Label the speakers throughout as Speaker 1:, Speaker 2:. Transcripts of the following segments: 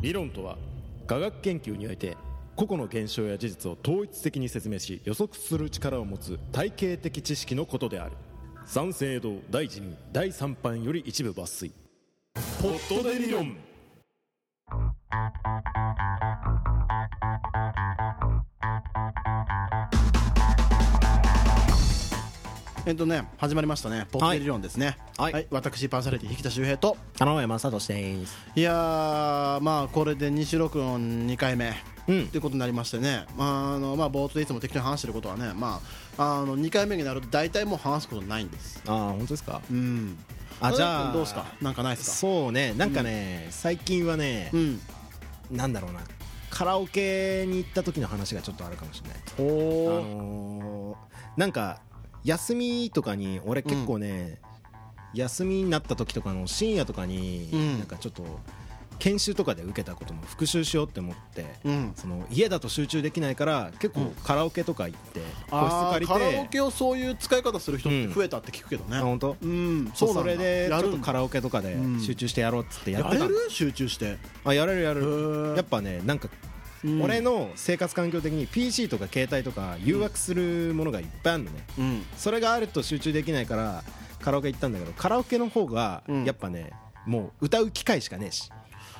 Speaker 1: 理論とは科学研究において個々の現象や事実を統一的に説明し予測する力を持つ体系的知識のことである三省堂第一に第三版より一部抜粋ポットで理論
Speaker 2: えっとね始まりましたねポッテリ論ですね
Speaker 3: はい
Speaker 2: 私パーソナリティ引田修平と
Speaker 3: 田上正俊です
Speaker 2: いやーまあこれで西録音2回目
Speaker 3: うん
Speaker 2: ってことになりましてね、まああのまあ、冒頭でいつも適当に話してることはね、まあ、あの2回目になると大体もう話すことないんです
Speaker 3: ああ本当ですか
Speaker 2: うん
Speaker 3: あじゃあ
Speaker 2: どうですかなんかないですか
Speaker 3: そうねなんかね、最近はね
Speaker 2: う、ん
Speaker 3: なんだろうなカラオケに行った時の話がちょっとあるかもしれない
Speaker 2: お
Speaker 3: あ
Speaker 2: お
Speaker 3: のーなんか休みとかに俺結構ね、休みになった時とかの深夜とかに、
Speaker 2: うん
Speaker 3: なんかちょっと研修とかで受けたことも復習しようって思って、
Speaker 2: うん
Speaker 3: その家だと集中できないから結
Speaker 2: うん
Speaker 3: 構カラオケとか行って、
Speaker 2: あ
Speaker 3: 個
Speaker 2: ー
Speaker 3: 室
Speaker 2: カ
Speaker 3: 借りて
Speaker 2: ラオケをそういう使い方する人って増えたって聞くけどね、
Speaker 3: あ
Speaker 2: うん
Speaker 3: 本当
Speaker 2: そうなんだ
Speaker 3: それでち
Speaker 2: や
Speaker 3: ょっ
Speaker 2: る
Speaker 3: と
Speaker 2: んだ
Speaker 3: カラオケとかで
Speaker 2: うん
Speaker 3: 集中してやろうっつってや
Speaker 2: や
Speaker 3: ってた
Speaker 2: れ
Speaker 3: の
Speaker 2: る集中して
Speaker 3: あやれるやれ
Speaker 2: へ
Speaker 3: る
Speaker 2: ー
Speaker 3: やっぱねなんか
Speaker 2: うん
Speaker 3: 俺の生活環境的に PC とか携帯とか誘惑するものがいっぱいあるのね
Speaker 2: うん
Speaker 3: それがあると集中できないからカラオケ行ったんだけどカラオケの方が
Speaker 2: うん
Speaker 3: やっぱねもう歌う機会しかねえし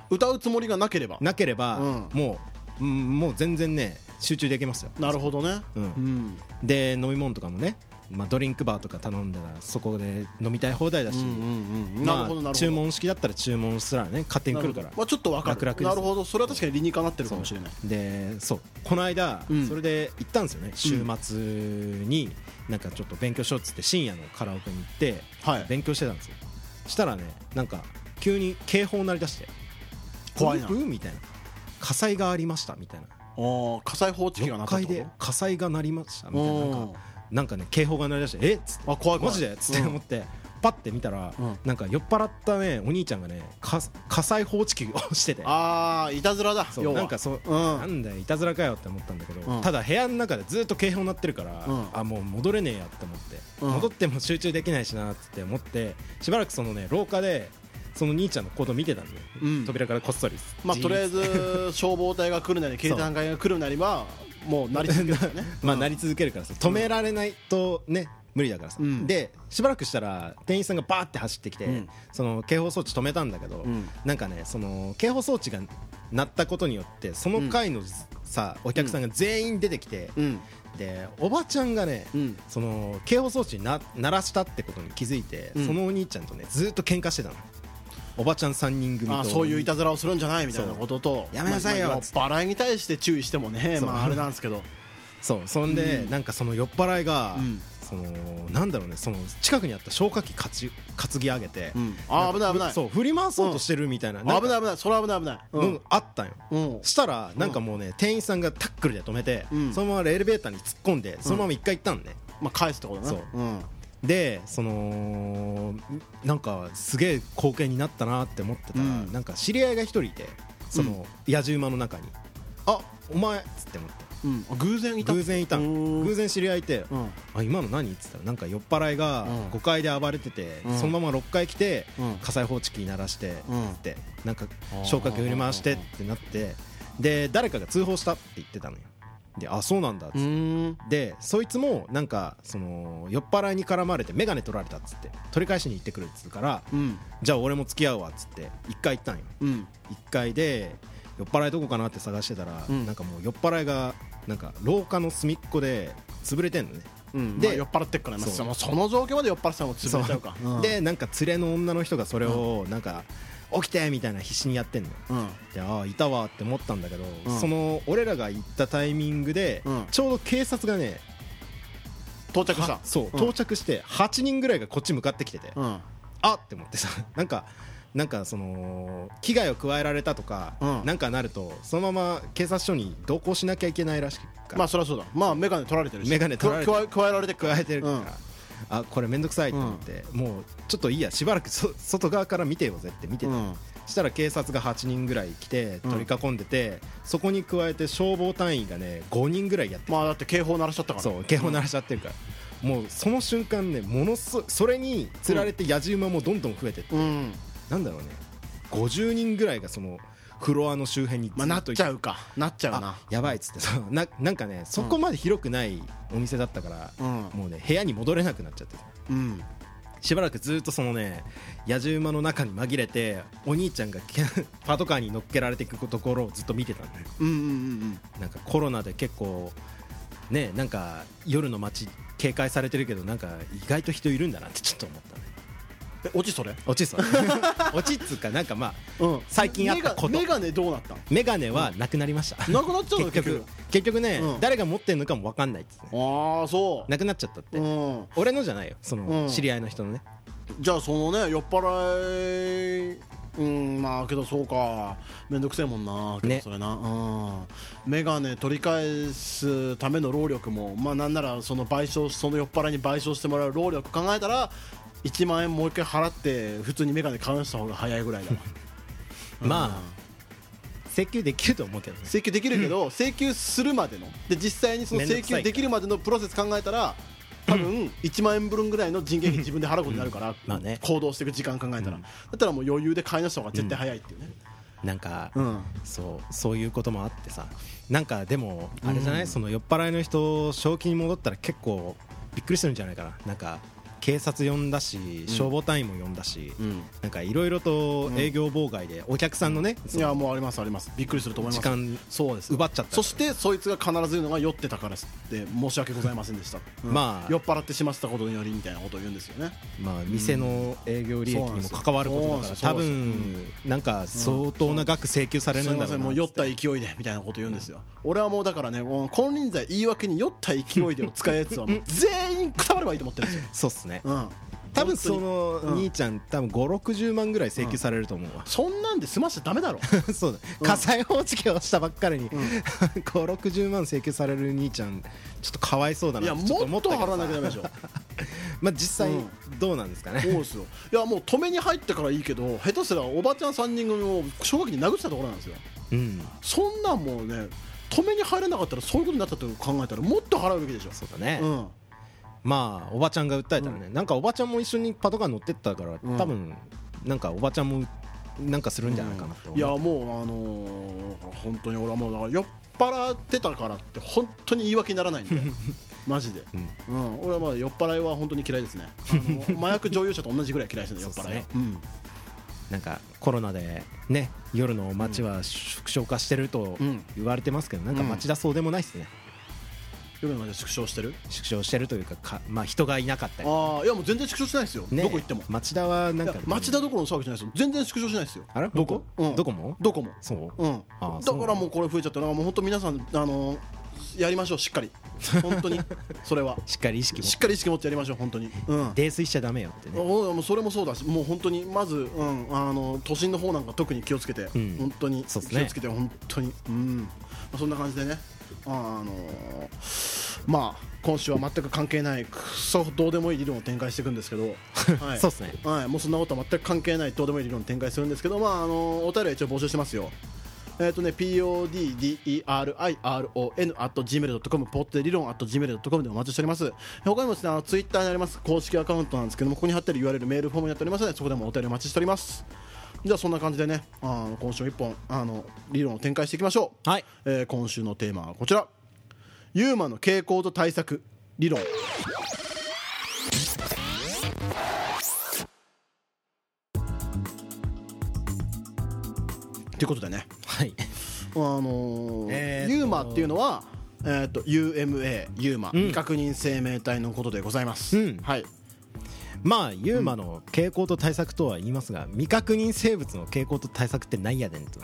Speaker 2: 歌うつもりがなければ
Speaker 3: なければ
Speaker 2: うん
Speaker 3: もううんもう全然ね集中できますよ
Speaker 2: なるほどね
Speaker 3: うん
Speaker 2: ん
Speaker 3: で飲み物とかもねまあドリンクバーとか頼んだらそこで飲みたい放題だし
Speaker 2: なる
Speaker 3: ま
Speaker 2: ほどな
Speaker 3: あ
Speaker 2: るほど
Speaker 3: 注文式だったら注文すらね勝手に来るから
Speaker 2: まあ、ちょっとわかる
Speaker 3: 楽々です
Speaker 2: なるほどそれは確かに理にかなってるかもしれない
Speaker 3: でそうこの間、
Speaker 2: うん
Speaker 3: それで行ったんですよね週末になんかちょっと勉強しようっつって深夜のカラオケに行って、
Speaker 2: はい
Speaker 3: 勉強してたんですよしたらねなんか急に警報鳴り出して
Speaker 2: 怖いな
Speaker 3: ブーブーみたいな火災がありましたみたいな
Speaker 2: おー火災報知器がな
Speaker 3: 6
Speaker 2: かった
Speaker 3: 階
Speaker 2: って
Speaker 3: で
Speaker 2: こ
Speaker 3: 火災が鳴りましたみ
Speaker 2: と
Speaker 3: たいななんかなんかね警報が鳴り出してえっつって
Speaker 2: あ怖い怖い
Speaker 3: マジでっつって
Speaker 2: うん
Speaker 3: 思って、パッて見たら、
Speaker 2: うん
Speaker 3: なんか酔っ払ったねお兄ちゃんがねか火災報知器をしてて
Speaker 2: ああいたずらだ
Speaker 3: そう
Speaker 2: 要は
Speaker 3: なんかそう、
Speaker 2: うん
Speaker 3: なんだよいたずらかよって思ったんだけど、
Speaker 2: うん
Speaker 3: ただ部屋の中でずっと警報鳴ってるから、
Speaker 2: うん
Speaker 3: あもう戻れねえやって思って、
Speaker 2: うん
Speaker 3: 戻っても集中できないしなって思ってしばらくそのね廊下でその兄ちゃんの行動見てたんだよ、
Speaker 2: うん
Speaker 3: 扉からこっそり
Speaker 2: まあとりあえず消防隊が来る なり警察隊が来るなりはもうなり続けるからね
Speaker 3: まあなり続けるからさ止められないとね無理だからさ、
Speaker 2: うん
Speaker 3: でしばらくしたら店員さんがバーって走ってきて、
Speaker 2: うん
Speaker 3: その警報装置止めたんだけど、
Speaker 2: うん
Speaker 3: なんかねその警報装置が鳴ったことによってその回のさ、お客さんが全員出てきて、
Speaker 2: うん
Speaker 3: でおばちゃんがね、
Speaker 2: うん
Speaker 3: その警報装置な鳴らしたってことに気づいて、
Speaker 2: うん
Speaker 3: そのお兄ちゃんとねずっと喧嘩してたのおばちゃん3人組と
Speaker 2: まあそういういたずらをするんじゃないみたいなことと
Speaker 3: そうやめなさいよ
Speaker 2: まあまあバラに対して注意してもね
Speaker 3: そう
Speaker 2: まああれなんですけど
Speaker 3: そうそんで、
Speaker 2: うん
Speaker 3: なんかその酔っ払いが、
Speaker 2: うん
Speaker 3: そのなんだろうねその近くにあった消火器かち担ぎ上げて、
Speaker 2: うんあー危ない危ない
Speaker 3: そう振り回そうとしてるみたいな,、なんか
Speaker 2: 危ない危ないそれは危ない危ない
Speaker 3: のがあったんよ、
Speaker 2: うん
Speaker 3: したらなんかもうね店員さんがタックルで止めて、
Speaker 2: うん
Speaker 3: そのままエレベーターに突っ込んでそのまま一回行ったんね、
Speaker 2: まあ返すってことだね
Speaker 3: そう
Speaker 2: うん
Speaker 3: でそのなんかすげえ光景になったなって思ってたら、
Speaker 2: うん
Speaker 3: なんか知り合いが一人いてその、野獣馬の中に「あお前」っつって思って
Speaker 2: うんあ偶然いた
Speaker 3: 偶然いた
Speaker 2: うん
Speaker 3: 偶然知り合いいて「
Speaker 2: うん
Speaker 3: あ今の何?」っつったらなんか酔っ払いが
Speaker 2: うん
Speaker 3: 5階で暴れてて、
Speaker 2: うん
Speaker 3: そのまま6階来て、
Speaker 2: うん
Speaker 3: 火災報知器鳴らして、
Speaker 2: うん
Speaker 3: つってなんか消火器振り回してってなってで誰かが通報したって言ってたのよで「あそうなんだ」っつって
Speaker 2: う。ーん
Speaker 3: でそいつもなんかその酔っ払いに絡まれて眼鏡取られたっつって取り返しに行ってくるっつうから
Speaker 2: うん
Speaker 3: じゃあ俺も付き合うわっつって1回行ったんよ
Speaker 2: うん
Speaker 3: 1回で酔っ払いどこかなって探してたら、
Speaker 2: うん
Speaker 3: なんかもう酔っ払いがなんか廊下の隅っこで潰れてんのね
Speaker 2: うん
Speaker 3: で
Speaker 2: まあ酔っ払ってっからねまあ
Speaker 3: そ
Speaker 2: そ
Speaker 3: う
Speaker 2: のその状況まで酔っ払ってたらもう潰れちゃうか
Speaker 3: そう
Speaker 2: うん
Speaker 3: でなんか連れの女の人がそれをなんか起きてみたいな必死にやってんのよ
Speaker 2: うん
Speaker 3: でああいたわって思ったんだけど、
Speaker 2: うん
Speaker 3: その俺らが行ったタイミングで、
Speaker 2: うん
Speaker 3: ちょうど警察がね
Speaker 2: 到着した
Speaker 3: そう、到着して8人ぐらいがこっち向かってきてて、
Speaker 2: うん
Speaker 3: あ って思ってさなんかなんかその危害を加えられたとか、
Speaker 2: うん
Speaker 3: なんかなるとそのまま警察署に同行しなきゃいけないらしいから、
Speaker 2: まあそりゃそうだまあ眼鏡取られてるし
Speaker 3: 眼鏡取られてる
Speaker 2: 加え加えられてっから
Speaker 3: 加えてるから、
Speaker 2: うん
Speaker 3: あこれ面倒くさいと思って、もうちょっといいやしばらくそ外側から見てようぜって見てた、
Speaker 2: うん
Speaker 3: したら警察が8人ぐらい来て
Speaker 2: うん
Speaker 3: 取り囲んでて、そこに加えて消防隊員がね5人ぐらいやって
Speaker 2: まあだって警報鳴らしちゃったから
Speaker 3: そう警報鳴らしちゃってるから、もうその瞬間ねものすごいそれにつられて野じ馬もどんどん増えてって
Speaker 2: うん
Speaker 3: なんだろうね50人ぐらいがそのフロアの周辺にずっ
Speaker 2: まあ、
Speaker 3: と
Speaker 2: なっちゃうかなっちゃう
Speaker 3: あ
Speaker 2: な
Speaker 3: やばいっつってそうななんかねそこまで広くないお店だったから、
Speaker 2: うん
Speaker 3: もうね部屋に戻れなくなっちゃって
Speaker 2: うん
Speaker 3: しばらくずっとそのね野獣馬の中に紛れてお兄ちゃんがけ パトカーに乗っけられていくところをずっと見てたんだよ
Speaker 2: うんうんうん
Speaker 3: なんかコロナで結構ねなんか夜の街警戒されてるけどなんか意外と人いるんだなってちょっと思ったね
Speaker 2: え落ちそれ
Speaker 3: 落ちそう落ちっつうかなんかまあ
Speaker 2: うん
Speaker 3: 最近あったこと
Speaker 2: メガメガネどうなったん
Speaker 3: メガネはなくなりました、
Speaker 2: なくなっちゃうの
Speaker 3: 結局結局ね、
Speaker 2: うん
Speaker 3: 誰が持ってるのかも分かんないっつってね
Speaker 2: ああそう
Speaker 3: なくなっちゃったって、
Speaker 2: うん
Speaker 3: 俺のじゃないよそ
Speaker 2: うん
Speaker 3: の知り合いの人のね、
Speaker 2: じゃあそのね酔っ払いうんまあけどそうかめんどくせえもんなけど
Speaker 3: ね
Speaker 2: それな、うんメガネ取り返すための労力もまあなんならその賠償その酔っ払いに賠償してもらう労力考えたら1万円もう一回払って普通にメガネ買うした方が早いぐらいだわ
Speaker 3: まあ請求できると思うけどね
Speaker 2: 請求できるけど請求するまでので実際にその
Speaker 3: めんどく
Speaker 2: 請
Speaker 3: さいから
Speaker 2: 求できるまでのプロセス考えたら多分1万円分ぐらいの人件費自分で払うことになるから、
Speaker 3: まあね
Speaker 2: 行動していく時間考えたら、だったらもう余裕で買い出した方が絶対早いっていうね、
Speaker 3: なんか、
Speaker 2: うん
Speaker 3: そうそういうこともあってさなんかでもあれじゃない、その酔っ払いの人正気に戻ったら結構びっくりするんじゃないかななんか警察呼んだし消防隊員も呼んだし、
Speaker 2: ん
Speaker 3: なんかいろいろと営業妨害でお客さんのね、そ
Speaker 2: い
Speaker 3: の
Speaker 2: やもうありますありますびっくりすると思います
Speaker 3: 時間
Speaker 2: そうです
Speaker 3: 奪っちゃった
Speaker 2: そしてそいつが必ず言うのが酔ってたからって申し訳ございませんでした、うん
Speaker 3: まあ
Speaker 2: 酔っ払ってしまったことによりみたいなことを言うんですよね
Speaker 3: まあ、店の営業利益にも関わることだか
Speaker 2: そうなん
Speaker 3: ら多
Speaker 2: ですよ
Speaker 3: 分なんか相当な額請求され
Speaker 2: す
Speaker 3: る
Speaker 2: み
Speaker 3: んだ
Speaker 2: ませ
Speaker 3: ろうんな
Speaker 2: もう酔った勢いでみたいなこと言うんですよ、俺はもうだからねもう金輪際言い訳に酔った勢いでを使うやつはもう全員くたばればいいと思ってるんですよ、
Speaker 3: そうっすね
Speaker 2: うん、
Speaker 3: 多分その
Speaker 2: うん
Speaker 3: 兄ちゃん多分560万ぐらい請求されると思うわ、
Speaker 2: そんなんで済ましちゃダメだろ
Speaker 3: そうだ火災報知器をしたばっかりに、560万請求される兄ちゃんちょっと かわいそうだ
Speaker 2: い
Speaker 3: な
Speaker 2: や
Speaker 3: ってちょっと思
Speaker 2: も
Speaker 3: っ
Speaker 2: っと
Speaker 3: たけど
Speaker 2: 払わ
Speaker 3: さ
Speaker 2: なきゃダメでしょ
Speaker 3: まあ実際
Speaker 2: うん
Speaker 3: どうなんですかね、
Speaker 2: そうですよいやもう止めに入ってからいいけど下手すらおばちゃん3人組を小学期に殴ってたところなんですよ
Speaker 3: うん
Speaker 2: そんなんもうね止めに入れなかったらそういうことになったと考えたらもっと払うべきでしょ
Speaker 3: そうだね、
Speaker 2: うん
Speaker 3: まあおばちゃんが訴えたらね、なんかおばちゃんも一緒にパトカー乗ってったから、
Speaker 2: うん
Speaker 3: 多分なんかおばちゃんもなんかするんじゃないかなって思う、
Speaker 2: いやもうあのー本当に俺はもうだから酔っ払ってたからって本当に言い訳にならないんで マジで、うん俺はまあ酔っ払いは本当に嫌いですねあの麻薬乗用車と同じぐらい嫌いですね酔っ
Speaker 3: そう
Speaker 2: 払い
Speaker 3: で
Speaker 2: は
Speaker 3: すね
Speaker 2: うん
Speaker 3: なんかコロナでね夜の街は縮小化してると
Speaker 2: うん
Speaker 3: 言われてますけど、なんか
Speaker 2: うん
Speaker 3: 街だそうでもないですね
Speaker 2: 夜の街縮小してる
Speaker 3: 縮小してるというかか、まあ、人がいなかったり、
Speaker 2: ああいやもう全然縮小してないですよ、
Speaker 3: ね
Speaker 2: どこ行っても
Speaker 3: 町田はなん
Speaker 2: い
Speaker 3: か
Speaker 2: や町田どころの騒ぎじゃないですよ全然縮小しないですよ
Speaker 3: あれどこ、
Speaker 2: うん
Speaker 3: どこも
Speaker 2: どこも
Speaker 3: そう、
Speaker 2: うん
Speaker 3: あー
Speaker 2: だからもうこれ増えちゃったのはもう本当皆さんあのーやりましょうしっかり本 当にそれは
Speaker 3: しっかり意識も
Speaker 2: しっかり意識持ってやりましょう本当にうん
Speaker 3: 泥酔しちゃダメよってね
Speaker 2: おもうそれもそうだしもう本当にまず、うん、あの都心の方なんか特に気をつけて、
Speaker 3: うん
Speaker 2: 本当に気
Speaker 3: そ
Speaker 2: を
Speaker 3: うっ
Speaker 2: つ
Speaker 3: すね
Speaker 2: けて本当に、うんまあ、そんな感じでねあーあのーまあ今週は全く関係ないくそどうでもいい理論を展開していくんです けど、はい、
Speaker 3: そうっすね
Speaker 2: はい、もうそんなことは全く関係ないどうでもいい理論を展開するんですけど、まああのーお便りは一応募集してますよえっ、とね、poderiron at gmail.com、ポッテ理論 at gmail.com でお待ちしております。他にもですね、あのツイッターにあります公式アカウントなんですけども、ここに貼ってある URL メールフォームになっておりますので、そこでもお便りお待ちしております。じゃあそんな感じでね、あの今週も一本あの理論を展開していきましょう。
Speaker 3: はい
Speaker 2: えー今週のテーマはこちら。ユーマの傾向と対策理論。ということでね。
Speaker 3: はい
Speaker 2: あのー
Speaker 3: えーっと
Speaker 2: ユーマっていうのは、えーっと UMA ユーマ、未確認生命体のことでございます、
Speaker 3: うん
Speaker 2: はい
Speaker 3: まあユーマの傾向と対策とは言いますが未確認生物の傾向と対策ってなんやねんと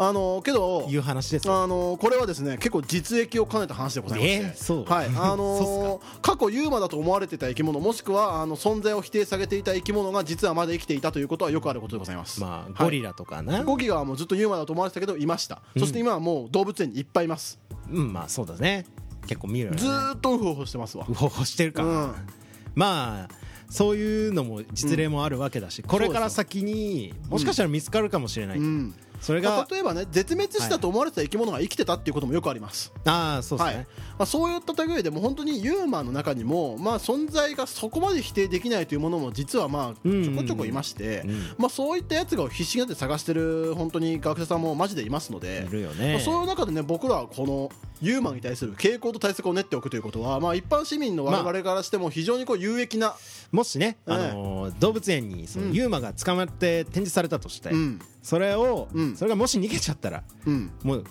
Speaker 2: あのーけど
Speaker 3: いう話ですよ
Speaker 2: あのーこれはですね結構実益を兼ねた話でございまして、
Speaker 3: えーそう
Speaker 2: はいあ
Speaker 3: そ
Speaker 2: のー過去ユーマだと思われてた生き物もしくはあの存在を否定されていた生き物が実はまだ生きていたということはよくあることでございます、
Speaker 3: ま
Speaker 2: はい
Speaker 3: あゴリラとかな、
Speaker 2: ゴキがもうずっとユーマだと思われてたけどいました、そして今はもう動物園にいっぱいいます
Speaker 3: うんまあそうだね結構見るよね
Speaker 2: ずーっとウホウホしてますわ
Speaker 3: うほうほしてるか、
Speaker 2: うん
Speaker 3: まあそういうのも実例もあるわけだし、これから先にもしかしたら見つかるかもしれない、
Speaker 2: うん
Speaker 3: それ
Speaker 2: まあ
Speaker 3: が
Speaker 2: 例えばね絶滅したと思われてた生き物が生きてたっていうこともよくあります
Speaker 3: ああそうです
Speaker 2: はいま
Speaker 3: ね
Speaker 2: あ、そういった類でも本当にユーマンの中にも、まあ、存在がそこまで否定できないというものも実はまあ
Speaker 3: うんうん
Speaker 2: ちょこちょこいまして、
Speaker 3: うん
Speaker 2: まあ、そういったやつが必死になって探してる本当に学者さんもマジでいますので
Speaker 3: い。るよ
Speaker 2: ま
Speaker 3: ね
Speaker 2: あそういう中でね僕らはこのユーマンに対する傾向と対策を練っておくということは、まあ、一般市民の我々からしても非常にこう有益な、
Speaker 3: もしね、
Speaker 2: ええ
Speaker 3: あのー動物園にその
Speaker 2: うん
Speaker 3: ユーマが捕まって展示されたとして、
Speaker 2: うん
Speaker 3: それを、
Speaker 2: うん
Speaker 3: それがもし逃げちゃったら
Speaker 2: うん、
Speaker 3: もう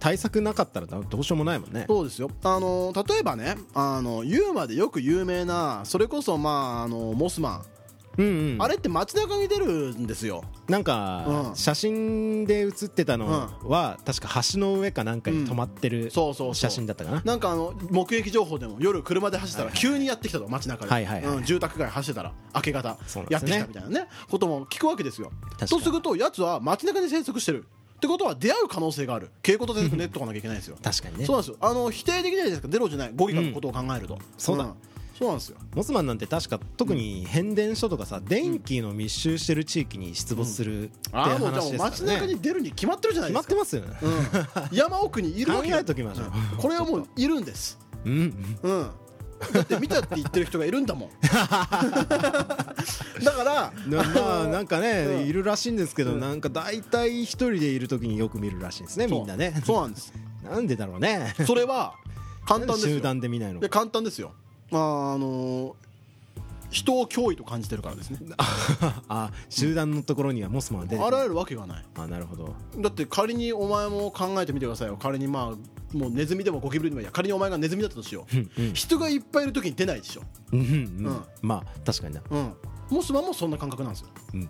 Speaker 3: 対策なかったらどうしようもないもんね
Speaker 2: そうですよあの例えばねあのユーマでよく有名なそれこそ、まあ、あのモスマ
Speaker 3: うんうん
Speaker 2: ン、あれって街中に出るんですよ。
Speaker 3: なんか、
Speaker 2: うん
Speaker 3: 写真で写ってたのは、確か橋の上かなんかに止まってる、
Speaker 2: そうそうそう
Speaker 3: 写真だったかな
Speaker 2: なんかあの目撃情報でも夜車で走ってたら急にやってきたと街中で、
Speaker 3: はいはいはい
Speaker 2: うん住宅街走ってたら明け方
Speaker 3: そうなんで
Speaker 2: やっ
Speaker 3: す
Speaker 2: て
Speaker 3: ね
Speaker 2: きたみたいなねことも聞くわけですよ
Speaker 3: かに
Speaker 2: とするとやつは街中に生息してるってことは出会う可能性がある傾向と対策練っとかなきゃいけないですよ
Speaker 3: 確かにね
Speaker 2: そうなんですよあの否定できないじゃないですかゼロじゃない語義化のことを考えると、
Speaker 3: そうだ
Speaker 2: んそうなんですよ
Speaker 3: モスマンなんて確か特に変電所とかさ、電気の密集してる地域に出没するって
Speaker 2: ああもうじゃあ
Speaker 3: 話
Speaker 2: もう
Speaker 3: です
Speaker 2: 街
Speaker 3: から
Speaker 2: 中
Speaker 3: ね
Speaker 2: に出るに決まってるじゃない
Speaker 3: 決
Speaker 2: で
Speaker 3: ますっ
Speaker 2: か
Speaker 3: てますよね
Speaker 2: うん、山奥にいるわけ
Speaker 3: 考えときましょうん
Speaker 2: これはもういるんです
Speaker 3: うん、うん
Speaker 2: うん、だって見たって言ってる人がいるんだ もんだから
Speaker 3: なまあなんかね、
Speaker 2: うん
Speaker 3: いるらしいんですけど、なんか大体一人でいる時によく見るらしいんですねみんなね
Speaker 2: そうそうなんです
Speaker 3: なんでだろうね
Speaker 2: それは簡単ですよ
Speaker 3: 集団で見ないの
Speaker 2: いや簡単ですよまああのー人を脅威と感じてるからですね
Speaker 3: あ集団のところにはモスマンは出てこ
Speaker 2: あ
Speaker 3: ない
Speaker 2: らゆるわけがない
Speaker 3: あなるほど
Speaker 2: だって仮にお前も考えてみてくださいよ仮にまあもうネズミでもゴキブリでもいいや仮にお前がネズミだったとしよう人がいっぱいいる時に出ないでしょ
Speaker 3: うんうんう
Speaker 2: うん
Speaker 3: んまあ確かにな、
Speaker 2: うんモスマンもそんな感覚なんですよ
Speaker 3: うん、
Speaker 2: うん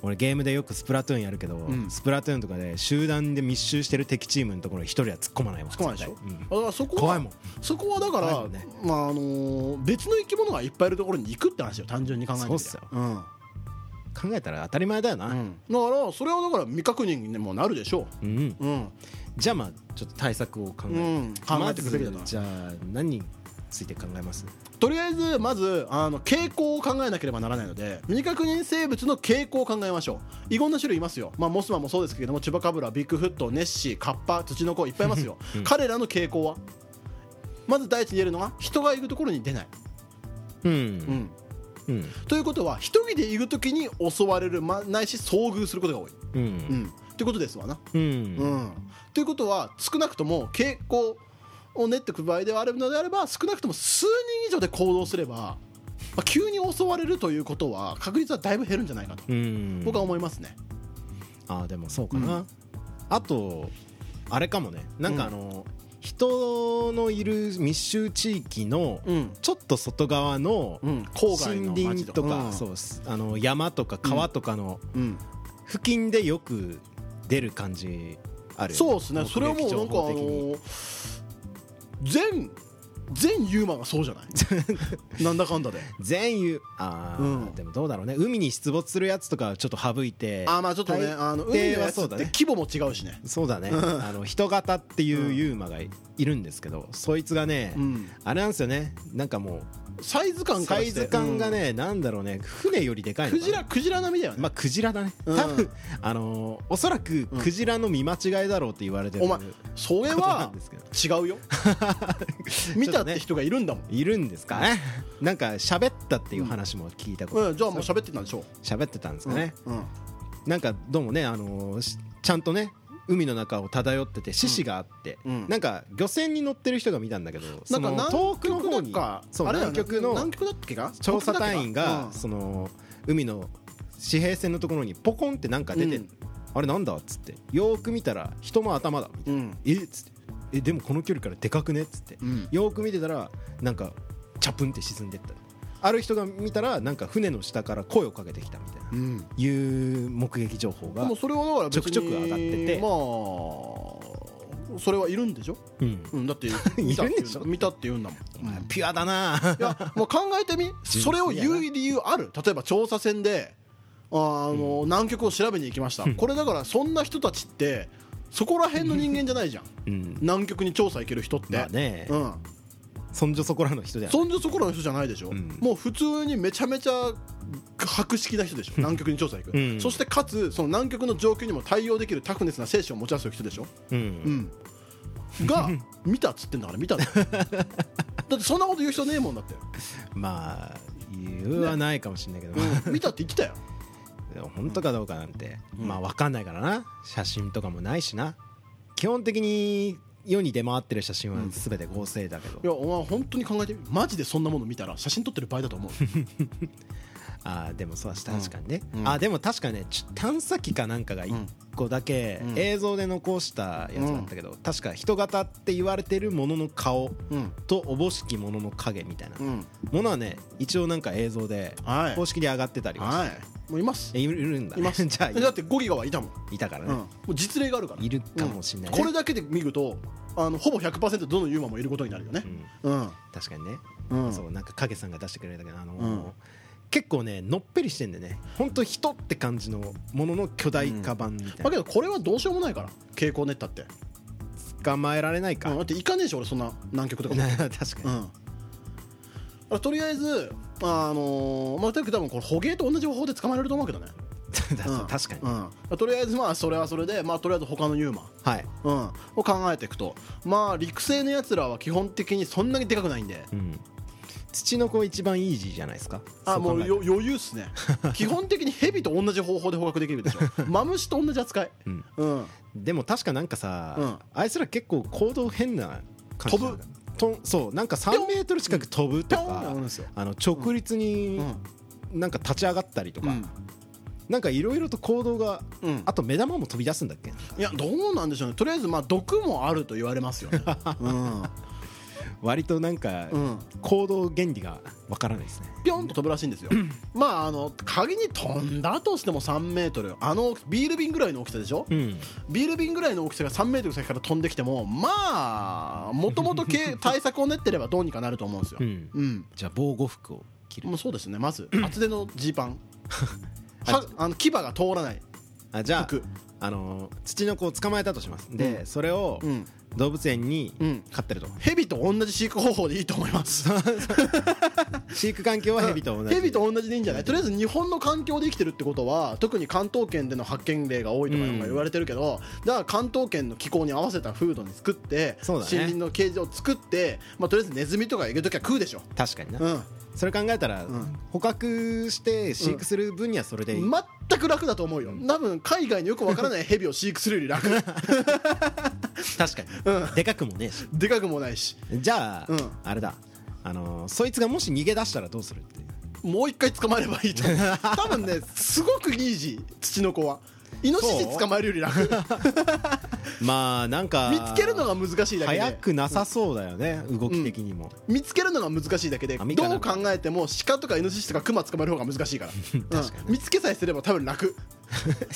Speaker 3: 俺ゲームでよくスプラトゥーンやるけど、
Speaker 2: ん
Speaker 3: スプラトゥーンとかで集団で密集してる敵チームのところに一人は突っ込まないもん
Speaker 2: つかないでしょ、
Speaker 3: 絶対うん
Speaker 2: だからそこは
Speaker 3: 怖いもん
Speaker 2: そこはだか
Speaker 3: 怖い
Speaker 2: ら、
Speaker 3: もんね
Speaker 2: まああのー別の生き物がいっぱいいるところに行くって話よ単純に考えてみて
Speaker 3: そうっすよ
Speaker 2: うん
Speaker 3: 考えたら当たり前だよな、
Speaker 2: う
Speaker 3: うん
Speaker 2: ん、だからそれはだから未確認にもなるでしょううん、
Speaker 3: じゃあまあちょっと対策を考え
Speaker 2: う
Speaker 3: る、
Speaker 2: ん、考えていくべきだな、
Speaker 3: まずじゃあ何について考えます
Speaker 2: とりあえずまずあの傾向を考えなければならないので未確認生物の傾向を考えましょういろんな種類いますよ、まあ、モスマンもそうですけれどもチュバカブラビッグフットネッシーカッパツチノコいっぱいいますよ、彼らの傾向はまず第一に言えるのは人がいるところに出ない、
Speaker 3: うん
Speaker 2: うん、
Speaker 3: うん
Speaker 2: ということは一人でいる時に襲われる、ま、ないし遭遇することが多い、う
Speaker 3: う
Speaker 2: んん、ってことですわな。
Speaker 3: うん、
Speaker 2: うん、ということは少なくとも傾向を練っていく場合ではあるのであれば少なくとも数人以上で行動すれば、まあ、急に襲われるということは確率はだいぶ減るんじゃないかと
Speaker 3: うん
Speaker 2: 僕は思いますね。
Speaker 3: あでもそうかな、
Speaker 2: う
Speaker 3: あとあれかもねなんかあの、人のいる密集地域の
Speaker 2: うん
Speaker 3: ちょっと外側の
Speaker 2: うん、郊外の
Speaker 3: 森林
Speaker 2: 街
Speaker 3: とか、
Speaker 2: うん
Speaker 3: そうっすあの山とか川とかの
Speaker 2: うん
Speaker 3: 付近でよく出る感じあるよ
Speaker 2: そうですねそれはもうなんかあ
Speaker 3: 目撃情報
Speaker 2: の
Speaker 3: 的に
Speaker 2: ー全全ユーマがそう じゃないなんだかんだで。
Speaker 3: 全遊あー、
Speaker 2: うん
Speaker 3: でもどうだろうね海に出没するやつとかはちょっと省いて
Speaker 2: あーまあちょっとね
Speaker 3: 大抵
Speaker 2: あの海のやつ
Speaker 3: そ
Speaker 2: っ
Speaker 3: う
Speaker 2: て
Speaker 3: だね
Speaker 2: 規模も違うしね。
Speaker 3: そうだねあの人型ってい
Speaker 2: うん
Speaker 3: うユーマがいいるんですけどそいつがね、
Speaker 2: うん
Speaker 3: あれなんですよねなんかも
Speaker 2: サイズ
Speaker 3: う
Speaker 2: 感か
Speaker 3: サ
Speaker 2: ら
Speaker 3: イ
Speaker 2: して
Speaker 3: ズ感が、ね、なんだろうね船よりでか
Speaker 2: う
Speaker 3: い
Speaker 2: ん
Speaker 3: の
Speaker 2: ク
Speaker 3: か
Speaker 2: ジ
Speaker 3: な
Speaker 2: ラクジラ並みだよね、
Speaker 3: まあクジラだね
Speaker 2: うん
Speaker 3: 多分、あのーおそらくクジラの見間違いだろうって言われてる、
Speaker 2: お前それ
Speaker 3: ことな
Speaker 2: は
Speaker 3: んですけど
Speaker 2: 違 うよ見たって人がいるんだもん、
Speaker 3: いるんですかねなんか喋ったっていう話も聞いたこと、
Speaker 2: うん、じゃあもう喋ってたんでしょ
Speaker 3: 喋ってたんです
Speaker 2: う、
Speaker 3: かね、
Speaker 2: うん、
Speaker 3: なんかどうもね、あのーしちゃんとね海の中を漂ってて獅子があって、
Speaker 2: うん
Speaker 3: なんか漁船に乗ってる人が見たんだけど
Speaker 2: な
Speaker 3: そ
Speaker 2: んか
Speaker 3: の
Speaker 2: 南
Speaker 3: 遠くの方
Speaker 2: 極
Speaker 3: に
Speaker 2: だか
Speaker 3: そう
Speaker 2: あれだよ
Speaker 3: 南
Speaker 2: ね
Speaker 3: 極の
Speaker 2: 南極だっけか
Speaker 3: 調査隊員
Speaker 2: 北極だ
Speaker 3: が
Speaker 2: っけか
Speaker 3: その海の地平線のところにポコンってなんか出て、
Speaker 2: うん
Speaker 3: あれなんだっつってよーく見たら人の頭だみたいな、
Speaker 2: うん
Speaker 3: えっつってえでもこの距離からでかくねっつって、
Speaker 2: うん
Speaker 3: よーく見てたらなんかチャプンって沈んでったある人が見たらなんか船の下から声をかけてきたみたいな、
Speaker 2: うん、うん
Speaker 3: いう目撃情報
Speaker 2: で
Speaker 3: が
Speaker 2: もそれはだから別に
Speaker 3: ちょくちょく上がってて
Speaker 2: まあそれはいるんでしょ、
Speaker 3: うん
Speaker 2: うん、だって見たって
Speaker 3: い
Speaker 2: 言
Speaker 3: るんで
Speaker 2: う
Speaker 3: しょ
Speaker 2: 見たって言うんだもん
Speaker 3: お前ピュアだない
Speaker 2: やもう考えてみそれを言う理由ある例えば調査船であーあの、南極を調べに行きましたこれだからそんな人たちってそこら辺の人間じゃないじゃん
Speaker 3: うん
Speaker 2: 南極に調査行ける人って、
Speaker 3: まあね
Speaker 2: うん、
Speaker 3: そんじょそこらの人じゃない
Speaker 2: そんじょそこらの人じゃないでしょ、
Speaker 3: うん
Speaker 2: もう普通にめちゃめちゃ博識な人でしょ南極に調査行く、
Speaker 3: うん
Speaker 2: そしてかつその南極の状況にも対応できるタフネスな精神を持ち合わせる人でしょ、
Speaker 3: うん
Speaker 2: うん、が見たっつってんだから見 たんだよだってそんなこと言う人ねえもんだって、
Speaker 3: まあ言うはないかもしれないけど、
Speaker 2: うん見たって言ってたよ
Speaker 3: でも本当かどうかなんて、まあ分かんないからな写真とかもないしな基本的に世に出回ってる写真は全て合成だけど、
Speaker 2: いやお前本当に考えてみマジでそんなもの見たら写真撮ってる場合だと思う
Speaker 3: あーでもそうだし確かにね、
Speaker 2: うん
Speaker 3: あーでも確かねち探査機かなんかが1個だけ
Speaker 2: うん
Speaker 3: 映像で残したやつだったけど、確か人型って言われてるものの顔
Speaker 2: うん
Speaker 3: とおぼしきものの影みたいな
Speaker 2: うん
Speaker 3: ものはね一応なんか映像で
Speaker 2: はい
Speaker 3: 公式で上がってたりはして
Speaker 2: はいもういます
Speaker 3: えいるいるんだ
Speaker 2: い
Speaker 3: ね
Speaker 2: ます
Speaker 3: じゃあ
Speaker 2: だってゴギガはいたもん、
Speaker 3: いたから
Speaker 2: うん、
Speaker 3: ね
Speaker 2: も、う実例があるから
Speaker 3: いるかもしれない、ね
Speaker 2: これだけで見るとあのほぼ100%どのユーマもいることになるよね
Speaker 3: うん
Speaker 2: うん
Speaker 3: 確かにね、
Speaker 2: うん
Speaker 3: そうなんか影さんが出してくれたけどあのー
Speaker 2: うん
Speaker 3: 結構ねのっぺりしてんでね本当人って感じのものの巨大化版みたい
Speaker 2: だけ
Speaker 3: な、
Speaker 2: どこれはどうしようもないから蛍光練ったって、
Speaker 3: 捕まえられないか、
Speaker 2: うんだって行かねえし俺そんな南極とかも
Speaker 3: な 確
Speaker 2: う
Speaker 3: か
Speaker 2: んだからとりあえずあのーまあ多分これ捕鯨と同じ方法で捕まえられると思うけ どね、
Speaker 3: に、だ
Speaker 2: うん
Speaker 3: 確かに、
Speaker 2: うんだらとりあえずまあそれはそれでまあとりあえず他のユーマ
Speaker 3: はい、
Speaker 2: うん、を考えていくとまあ陸生のやつらは基本的にそんなにでかくないんで
Speaker 3: うん、土の子一番イージーじゃないですか
Speaker 2: あ
Speaker 3: そ
Speaker 2: も
Speaker 3: 考
Speaker 2: う
Speaker 3: えたら
Speaker 2: よ余裕っすね 基本的にヘビと同じ方法で捕獲できるでしょマムシと同じ扱い、
Speaker 3: うん
Speaker 2: うん、
Speaker 3: でも確かなんかさ、
Speaker 2: うん
Speaker 3: あいつら結構行動変な感じなんだとそうなんか3メートル近く飛ぶと
Speaker 2: ぴょんってな
Speaker 3: か
Speaker 2: るんですよ
Speaker 3: あの直立に
Speaker 2: うん
Speaker 3: なんか立ち上がったりとか、
Speaker 2: うん
Speaker 3: なんかいろいろと行動が、
Speaker 2: うん
Speaker 3: あと目玉も飛び出すんだっけ
Speaker 2: いやどうなんでしょうねとりあえずまあ毒もあると言われます よね、うん、
Speaker 3: 割となんか、
Speaker 2: うん
Speaker 3: 行動原理がわからないですね
Speaker 2: ピョンと飛ぶらしいんですよまああの仮に飛んだとしても3メートルあのビール瓶ぐらいの大きさでしょ、
Speaker 3: ん
Speaker 2: ビール瓶ぐらいの大きさが3メートル先から飛んできてもまあもともと け対策を練ってればどうにかなると思うんですよ、
Speaker 3: うん
Speaker 2: うん
Speaker 3: じゃあ防護服を着る
Speaker 2: もうそうですねま ず厚手のジーパンはあの牙が通らない
Speaker 3: あじゃあ
Speaker 2: 服、
Speaker 3: あのー土の子を捕まえたとしますで、
Speaker 2: うん
Speaker 3: それを
Speaker 2: うん、
Speaker 3: 動物園に
Speaker 2: うん
Speaker 3: 飼ってると、
Speaker 2: ヘビと同じ飼育方法でいいと思い ます
Speaker 3: 飼育環境はヘビと同じ
Speaker 2: ヘビと同じでいいんじゃないとりあえず日本の環境で生きてるってことは特に関東圏での発見例が多いとかなんか言われてるけど、だから関東圏の気候に合わせたフードに作って、
Speaker 3: そうだね
Speaker 2: 森林の形状を作って、まあ、とりあえずネズミとかエゲときは食うでしょ、
Speaker 3: 確かにな、
Speaker 2: うん、
Speaker 3: それ考えたら、
Speaker 2: ん
Speaker 3: 捕獲して飼育する分にはそれでいい、
Speaker 2: 全く楽だと思うよ多分海外によくわからないヘビを飼育するより 楽
Speaker 3: 確かに、でかくもねえし
Speaker 2: でかくもないし
Speaker 3: じゃあ、
Speaker 2: うん
Speaker 3: あれだあのーそいつがもし逃げ出したらどうするっていう
Speaker 2: もう一回捕まえればいいと思う 多分ねすごくイージー土の子はイノシシ捕まえるより楽
Speaker 3: まあなんか
Speaker 2: 見つけるのが難しいだけで
Speaker 3: 早くなさそうだよね、動き的にも、
Speaker 2: 見つけるのが難しいだけで
Speaker 3: あ
Speaker 2: ど
Speaker 3: みかんな
Speaker 2: う考えても鹿とかイノシシとかクマ捕まえる方が難しいから
Speaker 3: 確かに
Speaker 2: うん見つけさえすれば多分 楽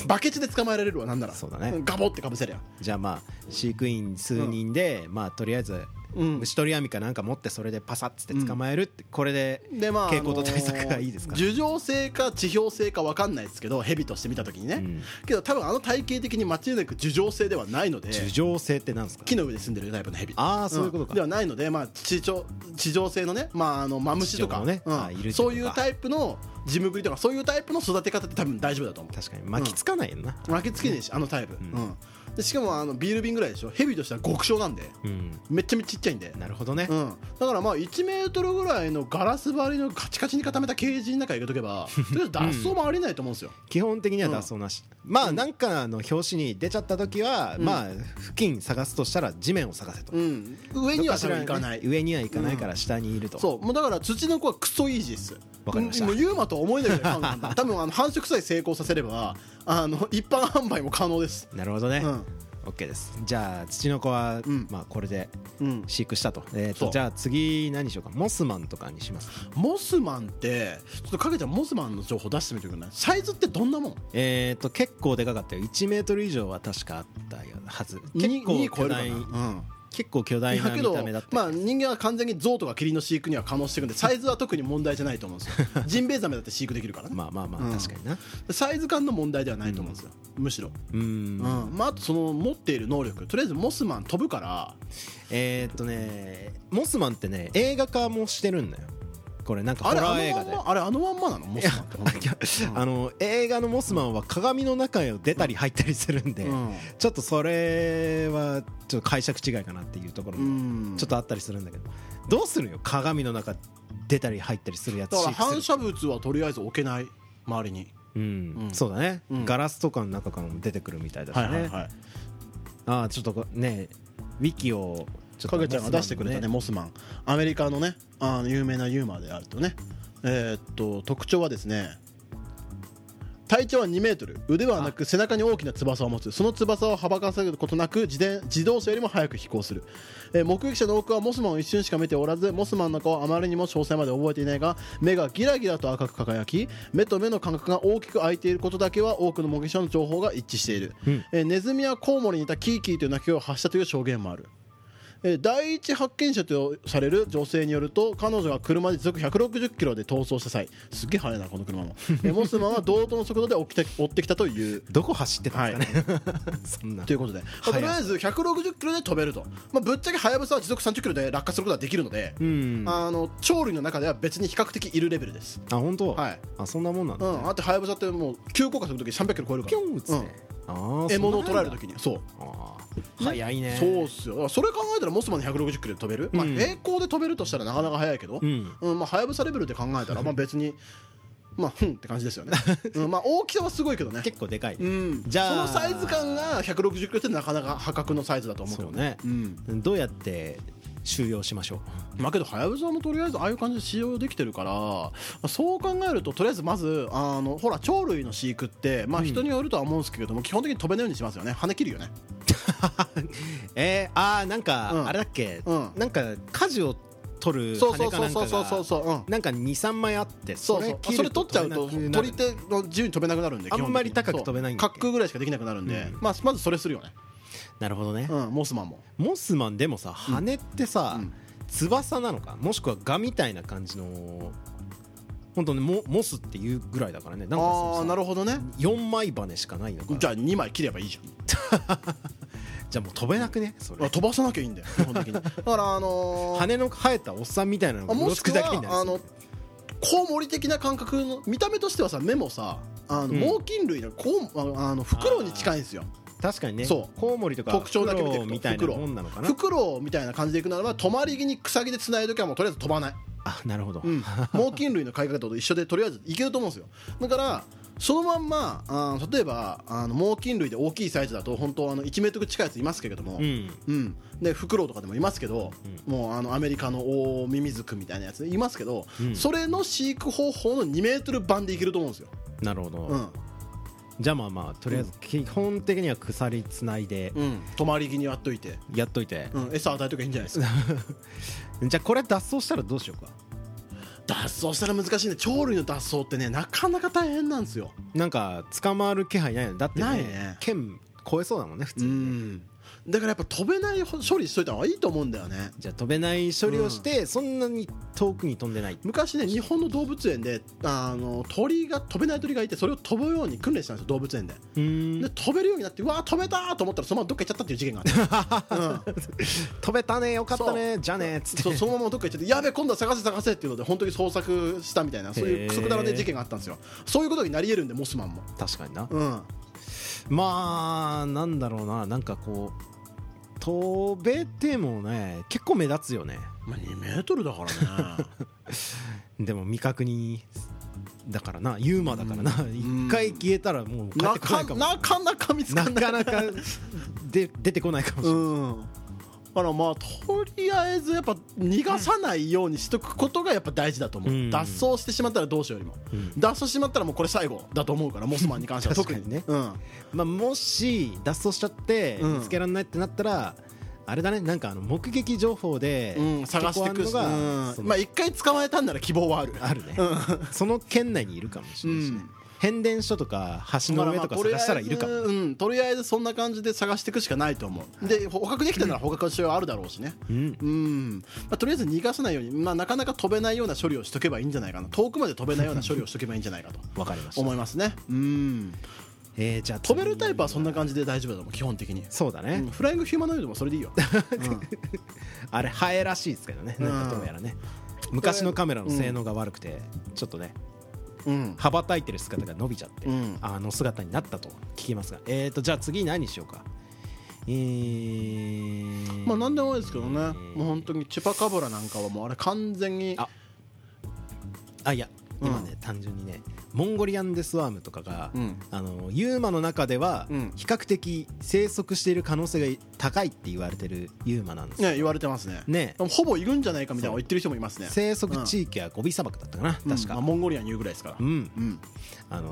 Speaker 2: バケツで捕まえられるわなんなら
Speaker 3: そうだね
Speaker 2: んガボってかぶせりゃ
Speaker 3: じゃあまあ飼育員数人で、まあとりあえず
Speaker 2: うん
Speaker 3: 虫取り網かなんか持ってそれでパサッつって捕まえるって、これで
Speaker 2: でまあ
Speaker 3: 傾向と対策がいいですか
Speaker 2: あのー樹状性か地表性か分かんないですけどヘビとして見た時にね、
Speaker 3: うん
Speaker 2: けど多分あの体型的に間違いなく樹状性ではないので
Speaker 3: 樹状性ってなんですか
Speaker 2: 木の上で住んでるタイプのヘビ
Speaker 3: あーそういうことか
Speaker 2: んではないので、まあ、地上地上性のね、まあ、あのマムシと
Speaker 3: 地上
Speaker 2: か
Speaker 3: のね
Speaker 2: うん
Speaker 3: あいるってことか
Speaker 2: そういうタイプのジムグリとかそういうタイプの育て方って多分大丈夫だと思う
Speaker 3: 確かに巻きつかないよな、
Speaker 2: 巻きつけねえしあのタイプ、うんでしかもあのビール瓶ぐらいでしょヘビとしては極小なんで
Speaker 3: うん
Speaker 2: めっちゃめちゃちっちゃいんで、
Speaker 3: なるほどね、
Speaker 2: うん、だからまあ1メートルぐらいのガラス張りのカチカチに固めたケージの中に入れとけ ばとりあえず脱走もありえないと思うんですよ、
Speaker 3: 基本的には脱走なし、まあなんかの表紙に出ちゃった時は、
Speaker 2: ん
Speaker 3: まあ付近探すとしたら地面を探せと、
Speaker 2: うん上にはそれはいかない、
Speaker 3: 上には行かないから下にいると、
Speaker 2: そうもうだから土の子はクソイージーっす
Speaker 3: わかりました
Speaker 2: もうユーマとは思えないぐらい可能なん だ多分あの繁殖さえ成功させればあの一般販売も可能です
Speaker 3: なるほどね、
Speaker 2: うん
Speaker 3: OK ですじゃあ土の子は、
Speaker 2: うん
Speaker 3: まあこれで
Speaker 2: うん
Speaker 3: 飼育したと,、えー
Speaker 2: そ
Speaker 3: と
Speaker 2: う
Speaker 3: じゃあ次何にしようかモスマンとかにします
Speaker 2: モスマンってちょっとかけちゃんモスマンの情報出してみてくれないサイズってどんなもん
Speaker 3: えー、と結構でかかったよ1メートル以上は確かあったよはず
Speaker 2: に
Speaker 3: 結構
Speaker 2: に超えるかな、
Speaker 3: 巨大
Speaker 2: うん
Speaker 3: 結構巨大
Speaker 2: だ
Speaker 3: な
Speaker 2: け
Speaker 3: 見
Speaker 2: ど
Speaker 3: た目だっ、た
Speaker 2: まあ、人間は完全に象とかキリンの飼育には可能して いくんでサイズは特に問題じゃないと思うんですよジンベエザメだって飼育できるからね、
Speaker 3: まあまあま
Speaker 2: う
Speaker 3: あ
Speaker 2: ん
Speaker 3: 確かにな
Speaker 2: サイズ感の問題ではないと思うんですよ、むしろ、
Speaker 3: うん
Speaker 2: うんまあ、あとその持っている能力とりあえずモスマン飛ぶから
Speaker 3: えーっとねモスマンってね映画化もしてるんだよこれなん
Speaker 2: あ
Speaker 3: かホ
Speaker 2: れあの
Speaker 3: ラー
Speaker 2: ま
Speaker 3: 映画
Speaker 2: ん
Speaker 3: で
Speaker 2: まあれあのまんまなのモスマンって本当に
Speaker 3: いやあの映画のモスマンは鏡の中を出たり入ったりするんで、
Speaker 2: うん
Speaker 3: ちょっとそれはちょっと解釈違いかなっていうところも
Speaker 2: うん
Speaker 3: ちょっとあったりするんだけどどうするよ鏡の中出たり入ったりするやつ
Speaker 2: だから
Speaker 3: 飼育する
Speaker 2: 反射物はとりあえず置けない周りに
Speaker 3: うん
Speaker 2: うん
Speaker 3: そうだね、
Speaker 2: うん
Speaker 3: ガラスとかの中からも出てくるみたいだしね、
Speaker 2: い
Speaker 3: ああちょっとこねウィキをちょっと
Speaker 2: かげちゃんが出してくれたね
Speaker 3: モ
Speaker 2: モスマンアメリカのねあの有名なユーマーであるとねえーっと特徴はですね体長は2メートル腕はなく背中に大きな翼を持つその翼をはばかせることなく自転自動車よりも早く飛行する、えー目撃者の多くはモスマンを一瞬しか見ておらずモスマンの顔はあまりにも詳細まで覚えていないが目がギラギラと赤く輝き目と目の間隔が大きく開いていることだけは多くの目撃者の情報が一致している、
Speaker 3: うん
Speaker 2: えーネズミやコウモリにいたキーキーという鳴き声を発したという証言もあるえー第一発見者とされる女性によると彼女が車で時速160キロで逃走した際すっげえ速いなこの車 もえーモスマンは同等の速度で追って追ってきたという
Speaker 3: どこ走ってたんですかね、 そんな
Speaker 2: ということで、まあ
Speaker 3: 速
Speaker 2: と
Speaker 3: い
Speaker 2: りあえず160キロで飛べると、まあ、ぶっちゃけハヤブサは時速30キロで落下することができるので、
Speaker 3: うんあ
Speaker 2: あの鳥類の中では別に比較的いるレベルです、
Speaker 3: 本当、
Speaker 2: はい
Speaker 3: あそんなもんなん
Speaker 2: う
Speaker 3: だ、
Speaker 2: ん、あとハヤブサってもう急降下するとき300キロ超えるか
Speaker 3: ピ
Speaker 2: ら
Speaker 3: ョン打つね、ああ
Speaker 2: 獲物を捕らえる
Speaker 3: と
Speaker 2: ときにそう
Speaker 3: 早いね
Speaker 2: そうっすよだからそれ考えたらモスマンで160キロで飛べる、まあ、
Speaker 3: うん
Speaker 2: 平行で飛べるとしたらなかなか速いけど、
Speaker 3: うん
Speaker 2: うんまあ、はやぶさレベルで考えたら、まあ、別に、 まあ、ふんって感じですよ ね。うん、まあ、大きさはすごいけどね。
Speaker 3: 結構でかい、
Speaker 2: うん、
Speaker 3: じゃあ
Speaker 2: そのサイズ感が160キロってなかなか破格のサイズだと思うけ
Speaker 3: そ
Speaker 2: ど
Speaker 3: う
Speaker 2: ね。
Speaker 3: ね、
Speaker 2: うん、
Speaker 3: どうやって収容しましょ
Speaker 2: まあけどはやぶさもとりあえずああいう感じで使用できてるからまあそう考えるととりあえずまずあのほら鳥類の飼育ってまあ
Speaker 3: うん
Speaker 2: 人によるとは思うんですけれども、基本的に飛べないようにしますよね羽切るよね
Speaker 3: う えー、ああなんか、
Speaker 2: うん
Speaker 3: あれだっけ、
Speaker 2: うん
Speaker 3: なんか舵を取る
Speaker 2: そうそ
Speaker 3: 羽
Speaker 2: う
Speaker 3: か
Speaker 2: そ
Speaker 3: な
Speaker 2: うんそう
Speaker 3: か
Speaker 2: そうそう
Speaker 3: が
Speaker 2: そううん
Speaker 3: なんか23枚あって
Speaker 2: そ
Speaker 3: そう
Speaker 2: そ
Speaker 3: れ
Speaker 2: う
Speaker 3: 切
Speaker 2: そ
Speaker 3: る
Speaker 2: れ取っちゃうと
Speaker 3: 飛べなくなる
Speaker 2: 鳥っての自由に飛べなくなるんで
Speaker 3: あんまり
Speaker 2: 基本的に
Speaker 3: 高く飛べないんだ
Speaker 2: そ
Speaker 3: っ
Speaker 2: う
Speaker 3: け
Speaker 2: 滑空ぐらいしかできなくなるんで、
Speaker 3: うん
Speaker 2: まあ、まずそれするよね、
Speaker 3: なるほどね、
Speaker 2: うん、モスマンも
Speaker 3: モスマンでもさ羽ってさ、
Speaker 2: うん
Speaker 3: 翼なのかもしくはガみたいな感じの本当にモモスっていうぐらいだからねなんか
Speaker 2: ああーな
Speaker 3: る
Speaker 2: るほどね
Speaker 3: 4枚羽しかないのかな
Speaker 2: じ
Speaker 3: じゃ
Speaker 2: ゃあ2枚切ればいいじ
Speaker 3: あもう飛べなくねそ
Speaker 2: ゃんあ
Speaker 3: れ
Speaker 2: 飛ばさなきゃいいんだよ基本 的にだからあのー
Speaker 3: 羽の生えたおっさんみたいなの
Speaker 2: あ
Speaker 3: がう
Speaker 2: も
Speaker 3: ろ
Speaker 2: し
Speaker 3: つ
Speaker 2: く
Speaker 3: くだけに
Speaker 2: は
Speaker 3: なる
Speaker 2: あのコウモリ的な感覚の見た目としてはさ目もさあの、
Speaker 3: ん
Speaker 2: 猛禽類のコウああのフクロウに近いんですよ
Speaker 3: 確かにね
Speaker 2: そう
Speaker 3: コウモリとか
Speaker 2: 特徴だけ見て
Speaker 3: フ
Speaker 2: ると
Speaker 3: クロウみたいなもんなのかな
Speaker 2: フクロウみたいな感じでいくならば止まり木に草木でつないときはもうとりあえず飛ばない
Speaker 3: あなるほど、
Speaker 2: うん、猛禽類の飼い方と一緒でとりあえずいけると思うんですよだからそのまんまあー例えばあの猛禽類で大きいサイズだと本当あの1メートル近いやついますけれども、う
Speaker 3: うんん
Speaker 2: でフクロウとかでもいますけど、もうあのアメリカのオオミミズクみたいなやついますけど、
Speaker 3: うん
Speaker 2: それの飼育方法の2メートル版でいけると思うんですよ、
Speaker 3: なるほど、
Speaker 2: うん
Speaker 3: じゃあまあまあとりあえず基本的には鎖つないで
Speaker 2: うん、止まり木にやっといて、
Speaker 3: やっといて、
Speaker 2: うん、餌与えとけばいいんじゃないです か
Speaker 3: じゃあこれ脱走したらどうしようか
Speaker 2: 脱走したら難しいね鳥類の脱走ってねなかなか大変なんですよ
Speaker 3: なんか捕まる気配ないよねだってね
Speaker 2: ないね
Speaker 3: 剣超えそうだもんね普
Speaker 2: う
Speaker 3: 通にね、
Speaker 2: んだからやっぱ飛べない処理しといた方がいいと思うんだよね
Speaker 3: じゃあ飛べない処理をして、そんなに遠くに飛んでない
Speaker 2: 昔ね日本の動物園であの鳥が飛べない鳥がいてそれを飛ぶように訓練したんですよ動物園で
Speaker 3: うん
Speaker 2: で飛べるようになってうわー飛べたーと思ったらそのままどっか行っちゃったっていう事件があ って、うん
Speaker 3: 飛べたねよかったねじゃあねっつって
Speaker 2: そうそのままどっか行っちゃってやべえ今度は探せ探せっていうので本当に捜索したみたいなそうい
Speaker 3: へ
Speaker 2: う
Speaker 3: ー
Speaker 2: クソくだらねえ事件があったんですよそういうことになり得るんでモスマンも
Speaker 3: 確かにな、
Speaker 2: うん
Speaker 3: まあなんだろうななんかこう飛べてもね結構目立つよね
Speaker 2: まあ、2メートルだからね
Speaker 3: でも未確認だからなユーマだからな一回消えたらもう帰 っ
Speaker 2: な
Speaker 3: てこな
Speaker 2: か
Speaker 3: いかも
Speaker 2: なかなか見つか
Speaker 3: なん
Speaker 2: ない
Speaker 3: かな かで出てこないかもしれない、
Speaker 2: うんだからまあとりあえずやっぱ逃がさないようにしとくことがやっぱ大事だと思う、
Speaker 3: うん
Speaker 2: 脱走してしまったらどうしようよりも、
Speaker 3: うん
Speaker 2: 脱走してしまったらもうこれ最後だと思うからモスマンに関しては特
Speaker 3: 確か
Speaker 2: に
Speaker 3: にね
Speaker 2: うん、
Speaker 3: まあ、もし脱走しちゃって
Speaker 2: うん
Speaker 3: 見つけられないってなったら、あれだねなんかあの目撃情報で
Speaker 2: うん、探していく
Speaker 3: 結
Speaker 2: し、
Speaker 3: 構あんのが
Speaker 2: うん
Speaker 3: その
Speaker 2: まあ一回捕まえたんなら希望はある
Speaker 3: あるね、
Speaker 2: うん
Speaker 3: その県内にいるかもし
Speaker 2: う
Speaker 3: れないしね、
Speaker 2: ん
Speaker 3: 変電所とか橋の上とか探したらいるか
Speaker 2: まあ
Speaker 3: も
Speaker 2: まあとりあえずうんとりあえずそんな感じで探していくしかないと思うで捕獲できてるなら捕獲しようあるだろうしね
Speaker 3: うん
Speaker 2: うん、まあ、とりあえず逃がさないように、まあ、なかなか飛べないような処理をしとけばいいんじゃないかな遠くまで飛べないような処理をしとけばいいんじゃないかと
Speaker 3: わかりました
Speaker 2: 思いますねうん
Speaker 3: えーじゃあ
Speaker 2: 飛べるタイプはそんな感じで大丈夫だと思う基本的に、
Speaker 3: そうだね、
Speaker 2: うんフライングヒューマノイドもそれでいいよ、うん
Speaker 3: あれハエらしいですけどねなんかどうやらね昔のカメラの性能が悪くてちょっとね
Speaker 2: うん
Speaker 3: 羽ばたいてる姿が伸びちゃっ て
Speaker 2: うん
Speaker 3: あの姿になったと聞きますがえーとじゃあ次何にしようかえー
Speaker 2: まあ何でもいいですけどねもう本当にチュパカブラなんかはもうあれ完全に
Speaker 3: ああいや
Speaker 2: うん
Speaker 3: 今ね単純にねモンゴリアンデスワームとかが
Speaker 2: うん
Speaker 3: あのユーマの中では
Speaker 2: うん
Speaker 3: 比較的生息している可能性が高いって言われてるユーマなんですよ
Speaker 2: ね言われてますね
Speaker 3: ね
Speaker 2: ほぼいるんじゃないかみたいなのを言ってる人もいますね
Speaker 3: 生息地域はゴビ砂漠だったかな
Speaker 2: うん
Speaker 3: 確
Speaker 2: まあ
Speaker 3: か
Speaker 2: モンゴリアン言うぐらいですから
Speaker 3: うん
Speaker 2: うん
Speaker 3: あの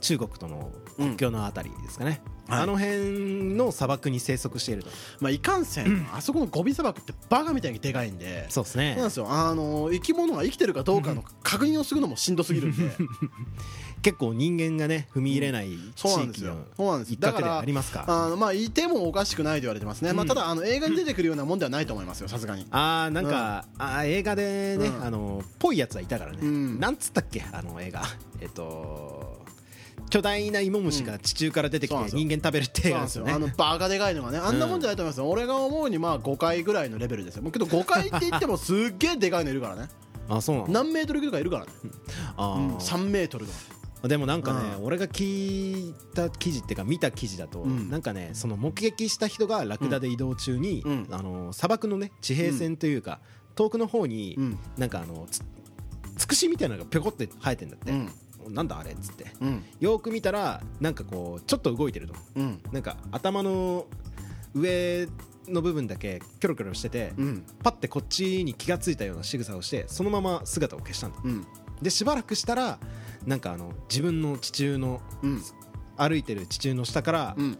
Speaker 3: 中国との国境のあたりですかね、
Speaker 2: うんはい
Speaker 3: あの辺の砂漠に生息していると
Speaker 2: まあいかんせんあそこのゴビ砂漠ってバカみたいにでかいんで
Speaker 3: そうです
Speaker 2: そ
Speaker 3: ね
Speaker 2: うなんですよあの生き物が生きてるかどうかの確認をするのもしんどすぎるんで
Speaker 3: 結構人間がね踏み入れない地
Speaker 2: そうなんで
Speaker 3: 域
Speaker 2: すよ
Speaker 3: の
Speaker 2: そうなんです
Speaker 3: 一
Speaker 2: よだ
Speaker 3: 角
Speaker 2: か
Speaker 3: では
Speaker 2: ら
Speaker 3: ありますか
Speaker 2: あのまあいてもおかしくないと言われてますねまあ
Speaker 3: うん
Speaker 2: ただあの映画に出てくるようなもんではないと思いますよさすがに
Speaker 3: あーなんか、あー映画でね、
Speaker 2: うん
Speaker 3: あのぽいやつはいたからね、
Speaker 2: うん
Speaker 3: なんつったっけあの映画えっと巨大な芋虫が地中から出てき
Speaker 2: そうなん
Speaker 3: て
Speaker 2: ですよ
Speaker 3: 人間食べるって
Speaker 2: そう
Speaker 3: 映画
Speaker 2: なん
Speaker 3: で
Speaker 2: です
Speaker 3: す
Speaker 2: よ
Speaker 3: よね
Speaker 2: あのバカでかいのがねあんなもんじゃないと思いますよ、俺が思うにまあ5回ぐらいのレベルですよもうけど5回って言って もすっげえでかいのいるからね
Speaker 3: あそうなの
Speaker 2: 何メートルとかいるからね、
Speaker 3: あ
Speaker 2: うん、
Speaker 3: ー
Speaker 2: 3メートルとか
Speaker 3: でもなんかね、
Speaker 2: う
Speaker 3: 俺が聞いた記事っていうか見た記事だと、
Speaker 2: うん
Speaker 3: なんかねその目撃した人がラクダで移動中に、
Speaker 2: うん
Speaker 3: あの砂漠のね地平線というか、遠くの方に、
Speaker 2: うん
Speaker 3: なんかあのつつくしみたいなのがぴょこって生えてんだって、
Speaker 2: うん
Speaker 3: なんだあれっつって
Speaker 2: うん
Speaker 3: よーく見たらなんかこうちょっと動いてると
Speaker 2: うん
Speaker 3: なんか頭の上の部分だけキョロキョロしてて、
Speaker 2: うん
Speaker 3: パッてこっちに気がついたような仕草をしてそのまま姿を消したんだ
Speaker 2: うん
Speaker 3: でしばらくしたらなんかあの自分の地中の
Speaker 2: うん
Speaker 3: 歩いてる地中の下から
Speaker 2: うん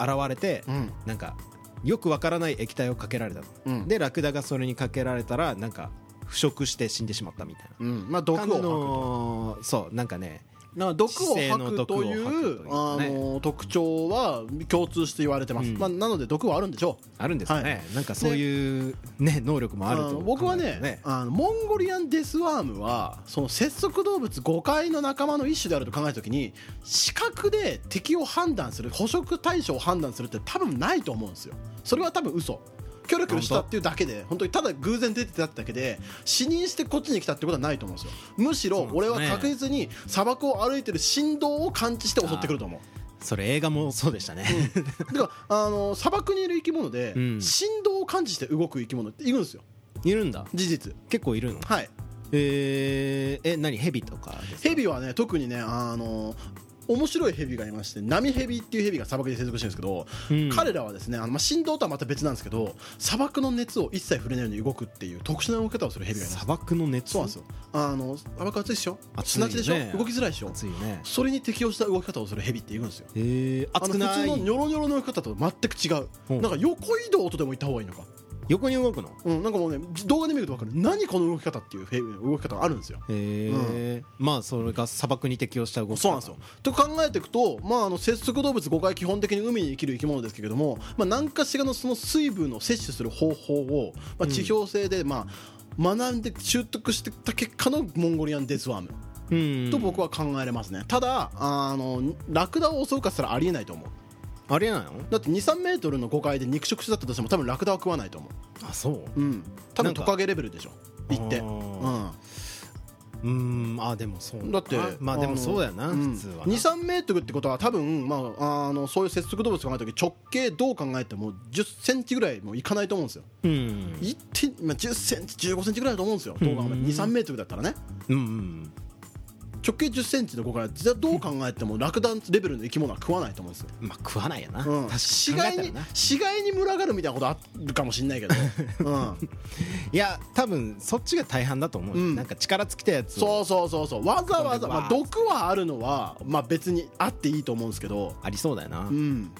Speaker 3: 現れて、
Speaker 2: うん
Speaker 3: なんかよくわからない液体をかけられたと、
Speaker 2: うん
Speaker 3: でラクダがそれにかけられたらなんか腐食して死んでしまったみたい
Speaker 2: うんまあ
Speaker 3: な
Speaker 2: 毒を
Speaker 3: 感じ
Speaker 2: 吐
Speaker 3: のそうなんかね
Speaker 2: くなんか毒を
Speaker 3: 姿勢の
Speaker 2: 吐く
Speaker 3: 毒を
Speaker 2: とい
Speaker 3: 吐くという
Speaker 2: うあ
Speaker 3: ね
Speaker 2: の特徴は共通して言われてます、
Speaker 3: うん
Speaker 2: まあ、なので毒はあるんでしょう
Speaker 3: あるんですかね、なんかそういう、ね、能力もある
Speaker 2: あ
Speaker 3: と
Speaker 2: の僕は
Speaker 3: 考える
Speaker 2: ね
Speaker 3: と
Speaker 2: あのモンゴリアンデスワームはその節足動物5階の仲間の一種であると考えた時に視覚で敵を判断する捕食対象を判断するって多分ないと思うんですよそれは多分嘘キョロキョロしたっていうだけで本当にただ偶然出てたってだけで死認してこっちに来たってことはないと思うんですよむしろ俺は確実に砂漠を歩いてる振動を感知して襲ってくると思う
Speaker 3: それ映画もそうでしたね、
Speaker 2: だからあの砂漠にいる生き物で
Speaker 3: うん
Speaker 2: 振動を感知して動く生き物っているんですよ
Speaker 3: いるんだ
Speaker 2: 事実
Speaker 3: 結構いるの
Speaker 2: はい
Speaker 3: えー、え何ヘビとかですか
Speaker 2: ヘビはね特にねあの面白いヘビがいましてナミヘビっていうヘビが砂漠で生息してるんですけど、
Speaker 3: うん
Speaker 2: 彼らはですねあの、まあ、振動とはまた別なんですけど砂漠の熱を一切触れないように動くっていう特殊な動き方をするヘビがいます
Speaker 3: 砂漠の熱
Speaker 2: そうなんですよあの砂漠暑いでしょ
Speaker 3: 暑い
Speaker 2: 砂
Speaker 3: よね
Speaker 2: 地でしょ、動きづらいでしょ
Speaker 3: 熱いよね
Speaker 2: それに適応した動き方をするヘビっているんですよ
Speaker 3: えー、
Speaker 2: あの
Speaker 3: 熱くない
Speaker 2: 普通のニョロニョロの動き方と全く違う、
Speaker 3: うん
Speaker 2: なんか横移動とでも言った方がいいのか、
Speaker 3: 横に動くの
Speaker 2: うん、なんかもうね動画で見ると分かる何この動き方っていうヘビの動き方があるんですよ
Speaker 3: えーまあそれが砂漠に適応した動き
Speaker 2: そうなんですよと考えていくと、まあ、あの節足動物5回基本的に海に生きる生き物ですけれども、まあ、何かしらのその水分を摂取する方法を、まあ、地表性で、まあ、学んで習得してきた結果のモンゴリアンデスワーム
Speaker 3: うん
Speaker 2: と僕は考えられますね、ただあのラクダを襲うかしたらありえないと思う
Speaker 3: ありえないの
Speaker 2: だって2 3メートルの5階で肉食種だったとしても多分ラクダは食わないと思
Speaker 3: あそう
Speaker 2: う、うん、多
Speaker 3: な
Speaker 2: 分
Speaker 3: んか
Speaker 2: トカゲレベルでしょ行って
Speaker 3: あ
Speaker 2: うん
Speaker 3: ーうんあでもそう
Speaker 2: だって
Speaker 3: あまあでもそうだよな、普通はな
Speaker 2: 23メートルってことは多分、まあ、あのそういう接触動物考えた時直径どう考えても1 0ンチぐらいもういかないと思うんですよ、
Speaker 3: うん
Speaker 2: 一点まあ、1 0ンチ1 5ンチぐらいだと思うんですよ
Speaker 3: ん
Speaker 2: どう考えても23メートルだったらね
Speaker 3: うんうん
Speaker 2: 直径1 0ンチの子からじゃあどう考えてもラクダレベルの生き物は食わないと思うんですよ、
Speaker 3: まあ食わないよな、
Speaker 2: うん
Speaker 3: 確かに
Speaker 2: 死
Speaker 3: 考え
Speaker 2: 骸
Speaker 3: たら
Speaker 2: に
Speaker 3: な
Speaker 2: 死骸に群がるみたいなことあるかもしれ ないけど、うん、
Speaker 3: いや多分そっちが大半だと思うよ、
Speaker 2: うん
Speaker 3: なんか力尽きたやつ
Speaker 2: そうそうそうそうわざわざ、
Speaker 3: これは
Speaker 2: まあ、毒はあるのは、まあ、別にあっていいと思うんですけど
Speaker 3: ありそうだよな、
Speaker 2: うん、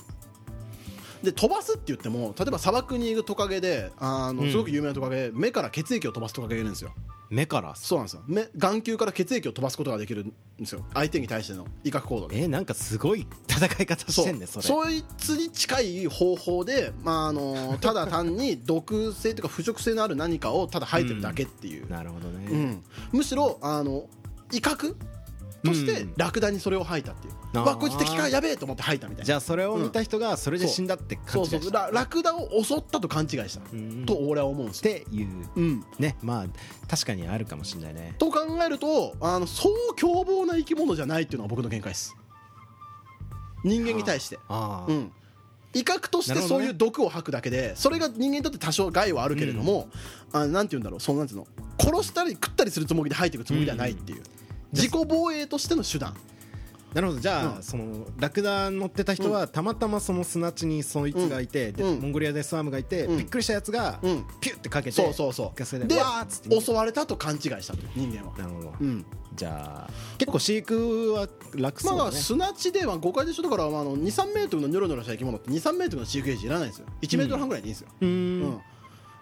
Speaker 2: で飛ばすって言っても例えば砂漠にいるトカゲであの、
Speaker 3: うん
Speaker 2: すごく有名なトカゲ目から血液を飛ばすトカゲがいるんですよ
Speaker 3: 目からさ
Speaker 2: そうなんですよ目眼球から血液を飛ばすことができるんですよ相手に対しての威嚇行動で
Speaker 3: えなんかすごい戦い方してんね
Speaker 2: そ
Speaker 3: そうれ
Speaker 2: そいつに近い方法で、まあ、あ のただ単に毒性というか腐食性のある何かをただ吐いてるだけっていう、
Speaker 3: なるほど
Speaker 2: うん
Speaker 3: ね、
Speaker 2: むしろあの威嚇として
Speaker 3: うん
Speaker 2: ラクダにそれを吐いたっていう、
Speaker 3: あー
Speaker 2: わこいつ敵かやべえと思って吐いたみたいな
Speaker 3: じゃあそれを見た人がそれで死んだって
Speaker 2: そ
Speaker 3: 感
Speaker 2: う
Speaker 3: じ
Speaker 2: そ
Speaker 3: がし
Speaker 2: う
Speaker 3: た
Speaker 2: ララクダを襲ったと勘違いした、
Speaker 3: うん
Speaker 2: と俺は思うんです
Speaker 3: っ
Speaker 2: よ
Speaker 3: ていう
Speaker 2: うん、
Speaker 3: ねまあ確かにあるかもしれないね
Speaker 2: と考えるとあのそう凶暴な生き物じゃないっていうのは僕の見解です人間に対して
Speaker 3: あ
Speaker 2: う
Speaker 3: あ、
Speaker 2: ん、威嚇とし
Speaker 3: な
Speaker 2: て
Speaker 3: るほど
Speaker 2: そう
Speaker 3: ね
Speaker 2: いう毒を吐くだけで、それが人間にとって多少害はあるけれども、あなんて言うんだろうそのなんていうの殺したり食ったりするつもりで吐いていくつもりではないっていう、自己防衛としての手段
Speaker 3: なるほどじゃあ、
Speaker 2: うん
Speaker 3: そのラクダ乗ってた人はたまたまその砂地にそいつがいて、で
Speaker 2: うん
Speaker 3: モンゴリアでスワームがいて、
Speaker 2: うん
Speaker 3: びっくりしたやつが、
Speaker 2: うん
Speaker 3: ピュッてかけて
Speaker 2: そうそうそ
Speaker 3: ガス
Speaker 2: う
Speaker 3: で
Speaker 2: で
Speaker 3: わーっつって
Speaker 2: 襲われたと勘違いしたと人間は、
Speaker 3: なるほど、
Speaker 2: うん、
Speaker 3: じゃあ結構飼育は楽そう
Speaker 2: ま
Speaker 3: だ
Speaker 2: あ
Speaker 3: ね、
Speaker 2: 砂地では誤解でしょだからまああの2 3メートルのニョロニョロした生き物って2 3メートルの飼育ケージいらないんですよ1メートル半ぐらいでいいんですよ、
Speaker 3: う
Speaker 2: うん
Speaker 3: ん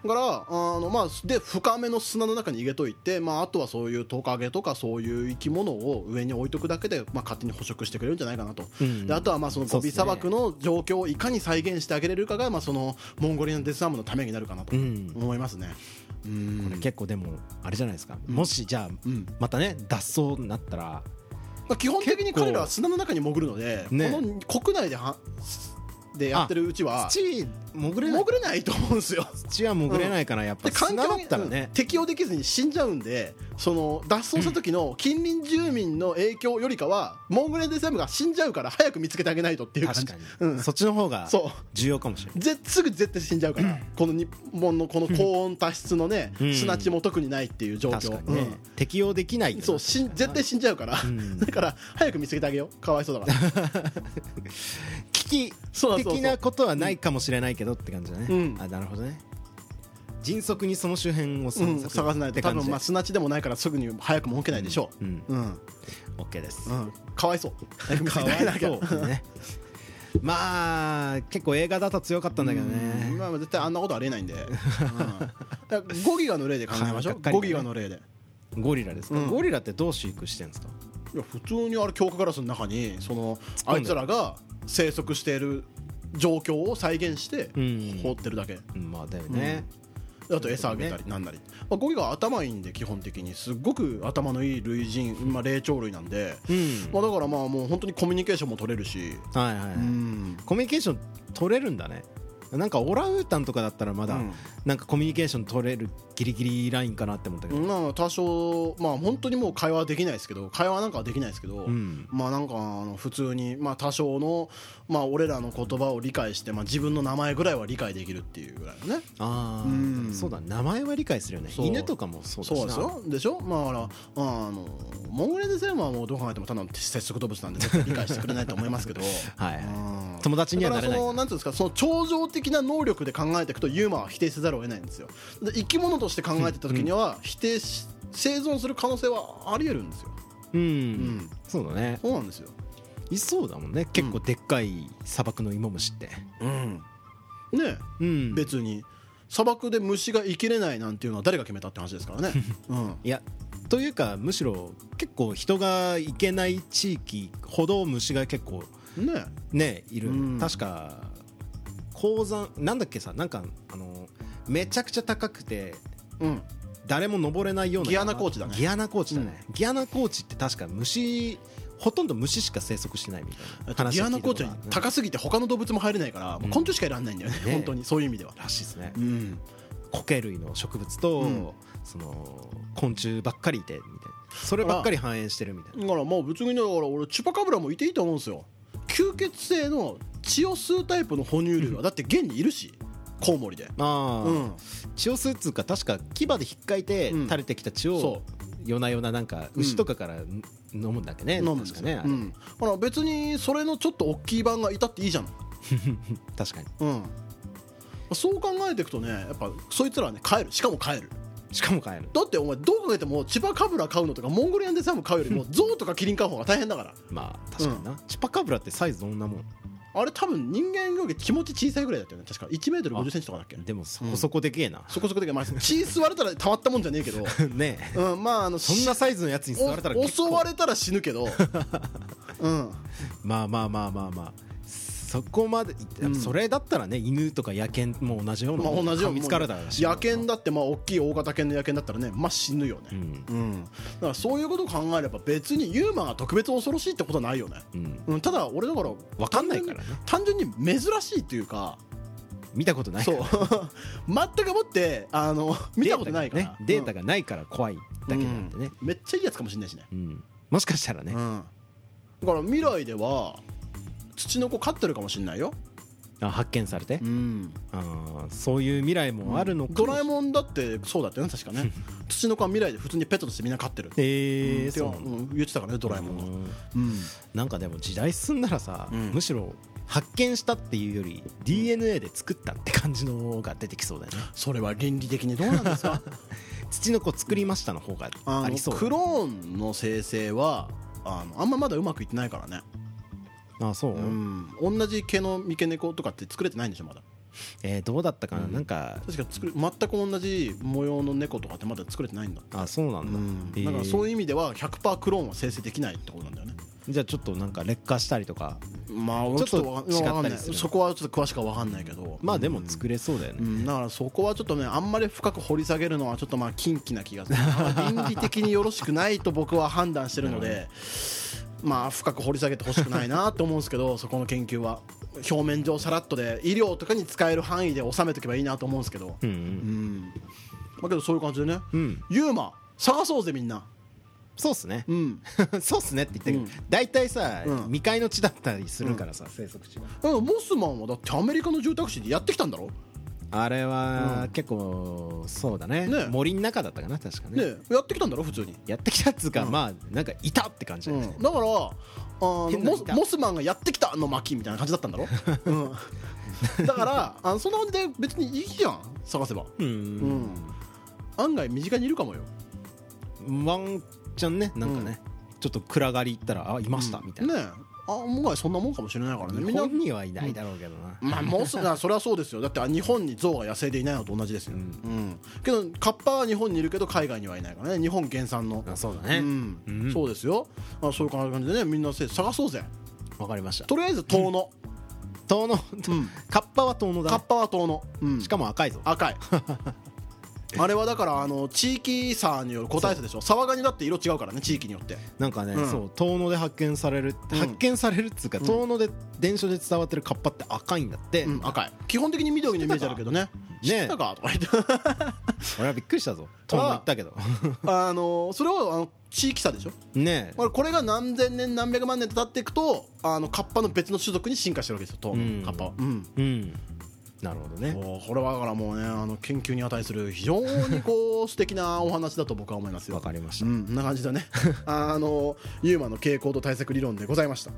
Speaker 2: だからあの、まあ、で深めの砂の中に入れといて、まあ、あとはそういうトカゲとかそういう生き物を上に置いとくだけで、まあ、勝手に捕食してくれるんじゃないかなと、
Speaker 3: うん
Speaker 2: であとはまあそのゴビ砂漠の状況をいかに再現してあげれるかが、まあ、そのモンゴリアのデスアームのためになるかなと
Speaker 3: うん
Speaker 2: 思いますね。うん
Speaker 3: これ結構でもあれじゃないですか、もしじゃあ、
Speaker 2: うん
Speaker 3: またね脱走になったら
Speaker 2: まあ、基本的に
Speaker 3: 結構
Speaker 2: 彼らは砂の中に潜るので、
Speaker 3: ね
Speaker 2: この国内ではでやってるうちは
Speaker 3: 土潜れない
Speaker 2: 潜れないと思うんですよ。
Speaker 3: 土は潜れないからやっぱ
Speaker 2: で環
Speaker 3: 砂
Speaker 2: 境
Speaker 3: だ
Speaker 2: に
Speaker 3: ったらね
Speaker 2: うん、適応できずに死んじゃうんでその脱走した時の近隣住民の影響よりかは、モンゴレンデスラムが死んじゃうから早く見つけてあげないとっていう感じ
Speaker 3: 確かに、
Speaker 2: うん、
Speaker 3: そっちの方が
Speaker 2: そう
Speaker 3: 重要かもしれない
Speaker 2: ぜすぐ絶対死んじゃうから、この日本のこの高温多湿のね、
Speaker 3: うん
Speaker 2: 砂地も特にないっていう状
Speaker 3: 確
Speaker 2: 況
Speaker 3: かにね、適応できない
Speaker 2: うんそうしん絶対死んじゃうから、
Speaker 3: ん
Speaker 2: だから早く見つけてあげようかわいそうだ から、
Speaker 3: 危機
Speaker 2: そうそうそう
Speaker 3: 的なことはないかもしれないけどって感じだね、
Speaker 2: うん
Speaker 3: あなるほどね迅速にその周辺を
Speaker 2: う
Speaker 3: 散
Speaker 2: ん、
Speaker 3: 策
Speaker 2: 探さない
Speaker 3: っ
Speaker 2: と
Speaker 3: て
Speaker 2: 多
Speaker 3: 感じ
Speaker 2: 分
Speaker 3: で
Speaker 2: まあ砂地でもないからすぐに早くも動けないでしょう
Speaker 3: うん
Speaker 2: うん
Speaker 3: OK です、
Speaker 2: うんかわいそう早く見つ
Speaker 3: か
Speaker 2: けて
Speaker 3: わ
Speaker 2: あげないきゃ
Speaker 3: そうね まあ結構映画だと強かったんだけど
Speaker 2: うん
Speaker 3: ね
Speaker 2: まあ、絶対あんなことありえない んで、うん、だから5ギガの例で考えましょう、
Speaker 3: はいがっかりだね
Speaker 2: 5ギガの例で
Speaker 3: ゴリラですか、
Speaker 2: うん
Speaker 3: ゴリラってどう飼育してんですか
Speaker 2: いや普通にあれ強化ガラスの中にその
Speaker 3: 込ん
Speaker 2: あ
Speaker 3: で
Speaker 2: いつらが生息している状況を再現して
Speaker 3: うん
Speaker 2: 放ってるだけ、
Speaker 3: うんまあだよね、
Speaker 2: あと餌あげたりなんなり、まあ、ゴギガは頭いいんで基本的にすっごく頭のいい類人、まあ、霊長類なんで、
Speaker 3: うん
Speaker 2: まあ、だからまあもう本当にコミュニケーションも取れるし、
Speaker 3: はいはいはい、
Speaker 2: うん
Speaker 3: コミュニケーション取れるんだねなんかオランウータンとかだったらまだ、
Speaker 2: うん
Speaker 3: なんかコミュニケーション取れるギリギリラインかなって思ったけど、
Speaker 2: まあ、多少、まあ、本当にもう会話はできないですけど会話なんかはできないですけど、
Speaker 3: ん
Speaker 2: まあなんかあの普通に、まあ、多少の、まあ、俺らの言葉を理解して、まあ、自分の名前ぐらいは理解できるっていうぐらいのね
Speaker 3: ああ、
Speaker 2: うん
Speaker 3: そうだ名前は理解するよね
Speaker 2: そう
Speaker 3: 犬とかもそうだし
Speaker 2: そう
Speaker 3: な
Speaker 2: ですよでしょまあだからあのモンゴレンデセンはもうどう考えてもただの接触動物なんで絶対理解してくれないと思いますけど
Speaker 3: はいはい
Speaker 2: うん
Speaker 3: 友達にはなれな
Speaker 2: だ
Speaker 3: い
Speaker 2: からそのなんていうんですかその超常的な能力で考えていくとユーマは否定せざるを得ないんですよで生き物として考えてた時には否定し生存する可能性はあり得るんですよ
Speaker 3: うん、
Speaker 2: ん
Speaker 3: そうだね
Speaker 2: そうなんですよ
Speaker 3: いそうだもんね結構でっかい砂漠の芋虫って
Speaker 2: うんねえ
Speaker 3: うん
Speaker 2: 別に砂漠で虫が生きれないなんていうのは誰が決めたって話です からね、うん、
Speaker 3: いやというかむしろ結構人が行けない地域ほど虫が結構
Speaker 2: ね
Speaker 3: ねいる、
Speaker 2: うん
Speaker 3: 確か鉱山なんだっけさなんかあのめちゃくちゃ高くて
Speaker 2: うん
Speaker 3: 誰も登れないような
Speaker 2: ギアナ高地だね
Speaker 3: ギアナ高地だね、ギアナ高地って確か虫ほとんど虫しか生息してないみたいな話
Speaker 2: ギ
Speaker 3: を
Speaker 2: ア
Speaker 3: 聞
Speaker 2: ナ
Speaker 3: いた
Speaker 2: コー
Speaker 3: こと
Speaker 2: チ
Speaker 3: が
Speaker 2: に
Speaker 3: ある
Speaker 2: 高すぎて他の動物も入れないから、もう昆虫しかいらんないんだよね
Speaker 3: ね
Speaker 2: 本当にそういう意味では、
Speaker 3: らしいですね
Speaker 2: うん、
Speaker 3: 苔類の植物と、
Speaker 2: うん
Speaker 3: その昆虫ばっかりいてみたいなそればっかり反映してるみたいな
Speaker 2: だからもう別にだから俺チュパカブラもいていいと思うんですよ吸血性の血を吸うタイプの哺乳類はだって現にいるしコウモリで
Speaker 3: ああ、
Speaker 2: うん
Speaker 3: 血を吸うっつうか確か牙で引っかいて
Speaker 2: うん
Speaker 3: 垂れてきた血
Speaker 2: そ
Speaker 3: を、夜な夜ななんか牛とかからん飲むんだっけね、
Speaker 2: 飲むんで
Speaker 3: 確
Speaker 2: す
Speaker 3: か
Speaker 2: よ、
Speaker 3: ね、あ
Speaker 2: う
Speaker 3: れ
Speaker 2: ん、ほら別にそれのちょっと大きい版がいたっていいじゃん
Speaker 3: 確かに
Speaker 2: うんそう考えていくとねやっぱそいつらはね帰るしかも帰る
Speaker 3: しかも買える
Speaker 2: だってお前どう考えても千葉カブラ買うのとかモンゴリアンデサム買うよりもゾウとかキリン買う方が大変だから
Speaker 3: まあ確かにな、チュパカブラってサイズどんなもん
Speaker 2: ああれ多分人間より気持ち小さいぐらいだったよね確か1メートル5 0センチとかだっけ
Speaker 3: でもそこそこでけえな、
Speaker 2: そこそこでまあ血吸われたらたまったもんじゃねえ けど、
Speaker 3: ねえ
Speaker 2: うん、まああの
Speaker 3: そんなサイズのやつに座れたら
Speaker 2: お襲
Speaker 3: 結構
Speaker 2: われたら死ぬ けどうん
Speaker 3: まあまあまあまあまあそこまで、
Speaker 2: うん
Speaker 3: それだったらね犬とか野犬も同じような
Speaker 2: まあ
Speaker 3: もん
Speaker 2: 同じよう
Speaker 3: 噛み
Speaker 2: に
Speaker 3: つかれたらしい
Speaker 2: 野犬だってまあ大きい大型犬の野犬だったらねまあ死ぬよね、
Speaker 3: うん
Speaker 2: うん、だからそういうことを考えれば別にユーマが特別恐ろしいってことはないよね、
Speaker 3: うん
Speaker 2: うん、ただ俺だから
Speaker 3: わかんないからね
Speaker 2: 単純に単純に珍しいというか
Speaker 3: 見たことないか
Speaker 2: そ
Speaker 3: ら
Speaker 2: う 全くもってあの見たことないから
Speaker 3: デー
Speaker 2: が
Speaker 3: タがねデータがないから怖いだけなんでね、
Speaker 2: めっちゃいいやつかもしれないしね、
Speaker 3: うんもしかしたらね、
Speaker 2: うん、だから未来ではツチノコ飼ってるかもしれないよ、
Speaker 3: あ発見されて、
Speaker 2: ん、
Speaker 3: あーそういう未来もあるのか
Speaker 2: ドラえ
Speaker 3: ん
Speaker 2: もんだってそうだったよね確かねツチノコは未来で普通にペットとしてみんな飼ってるって
Speaker 3: えー
Speaker 2: うん
Speaker 3: そうなんだ
Speaker 2: うん言ってたからねドラえもんは
Speaker 3: うん
Speaker 2: うん
Speaker 3: なんかでも時代進んだらさ、
Speaker 2: うん
Speaker 3: むしろ発見したっていうより DNA で作ったって感じのが出てきそうだよね
Speaker 2: それは倫理的にどうなんです か
Speaker 3: 土の子作りましたの方が
Speaker 2: あの
Speaker 3: ありそう
Speaker 2: クローンの生成はあのあんままだうまくいってないからね、
Speaker 3: あそう、
Speaker 2: うん、同じ毛の三毛猫とかって作れてないんでしょまだ
Speaker 3: えーどうだったかな、
Speaker 2: うん
Speaker 3: なんか
Speaker 2: 確か作る全く同じ模様の猫とかってまだ作れてないんだ
Speaker 3: あそうなんだ、えー
Speaker 2: だからそういう意味では100%クローンは生成できないってことなんだよね
Speaker 3: じゃあちょっとなんか劣化したりとか
Speaker 2: まあ俺
Speaker 3: ちょ
Speaker 2: も
Speaker 3: っ
Speaker 2: ち
Speaker 3: と
Speaker 2: ょっとわかんわかんな
Speaker 3: 違ったり
Speaker 2: い
Speaker 3: する
Speaker 2: そこはちょっと詳しくは分かんないけど
Speaker 3: まあでも作れそうだよね、
Speaker 2: うん、だからそこはちょっとねあんまり深く掘り下げるのはちょっとまあ禁忌な気がするあんまり倫理的によろしくないと僕は判断してるので、まあ深く掘り下げてほしくないなと思うんですけどそこの研究は表面上さらっとで医療とかに使える範囲で収めとけばいいなと思うんですけど、
Speaker 3: うんう
Speaker 2: うんんまあ、けどそういう感じでね、
Speaker 3: うん
Speaker 2: ユーマ探そうぜみんな、
Speaker 3: そうっすね
Speaker 2: うん、
Speaker 3: そうっすねって言ってるけど大体さ、
Speaker 2: うん
Speaker 3: 未開の地だったりするからさ、生息地が
Speaker 2: でもモスマンはだってアメリカの住宅地でやってきたんだろ、
Speaker 3: あれは
Speaker 2: うん
Speaker 3: 結構そうだね,、
Speaker 2: ね
Speaker 3: 森の中だったかな確かね
Speaker 2: ねえ、やってきたんだろ普通に、
Speaker 3: やってきたっつうか、
Speaker 2: うん
Speaker 3: まあなんかいたって感じだ
Speaker 2: う
Speaker 3: よ
Speaker 2: ん
Speaker 3: ね、
Speaker 2: だからあの
Speaker 3: 変な
Speaker 2: モ
Speaker 3: のい
Speaker 2: ス
Speaker 3: た
Speaker 2: モスマンがやってきたの巻みたいな感じだったん だろ、うん、だからあのそんな感じで別にいいじゃん探せば、
Speaker 3: うん
Speaker 2: うん、案外身近にいるかもよ
Speaker 3: ワンちゃんねなんかね、ちょっと暗がり行ったらあいましたみたいな、
Speaker 2: ねえあもがそんなもんかもしれないからねみん
Speaker 3: 日
Speaker 2: な
Speaker 3: 本にはいないだろうけどな、
Speaker 2: まあモスあそれはそうですよだってあ日本に象が野生でいないのと同じですよ、うんけどカッパは日本にいるけど海外にはいないからね日本原産の
Speaker 3: あそうだね
Speaker 2: うん
Speaker 3: うん
Speaker 2: そうですよあそういう感じでねみんなせ探そうぜ
Speaker 3: わかりました
Speaker 2: とりあえず遠野、
Speaker 3: 遠野、 カッパは遠野だ
Speaker 2: カ
Speaker 3: ね
Speaker 2: ッパは遠野、うん
Speaker 3: しかも赤いぞ
Speaker 2: 赤いあれはだからあの地域差による個体差でしょ沢ガニだって色違うからね地域によって
Speaker 3: なんかね、
Speaker 2: うん
Speaker 3: そう遠野で発見される、
Speaker 2: うん
Speaker 3: 発見されるっつうか遠野で伝承で伝わってるカッパって赤いんだって、
Speaker 2: うん赤い基本的に緑のイメージあるけどね
Speaker 3: 知
Speaker 2: 知
Speaker 3: っ
Speaker 2: ってて
Speaker 3: た
Speaker 2: たかとか言って
Speaker 3: 俺はびっくりしたぞ遠野行ったけど
Speaker 2: あのそれはあの地域差でしょ
Speaker 3: ねえ
Speaker 2: これこれが何千年何百万年と経っていくとあのカッパの別の種族に進化してるわけですよ当
Speaker 3: うん
Speaker 2: のカッパは、うん
Speaker 3: うんなるほどね
Speaker 2: もうこれはだからもうねあの研究に値する非常にこう素敵なお話だと僕は思います
Speaker 3: わ
Speaker 2: よ
Speaker 3: かりまし
Speaker 2: う
Speaker 3: た、
Speaker 2: ん、こんな感じ だねあのユーマの傾向と対策理論でございました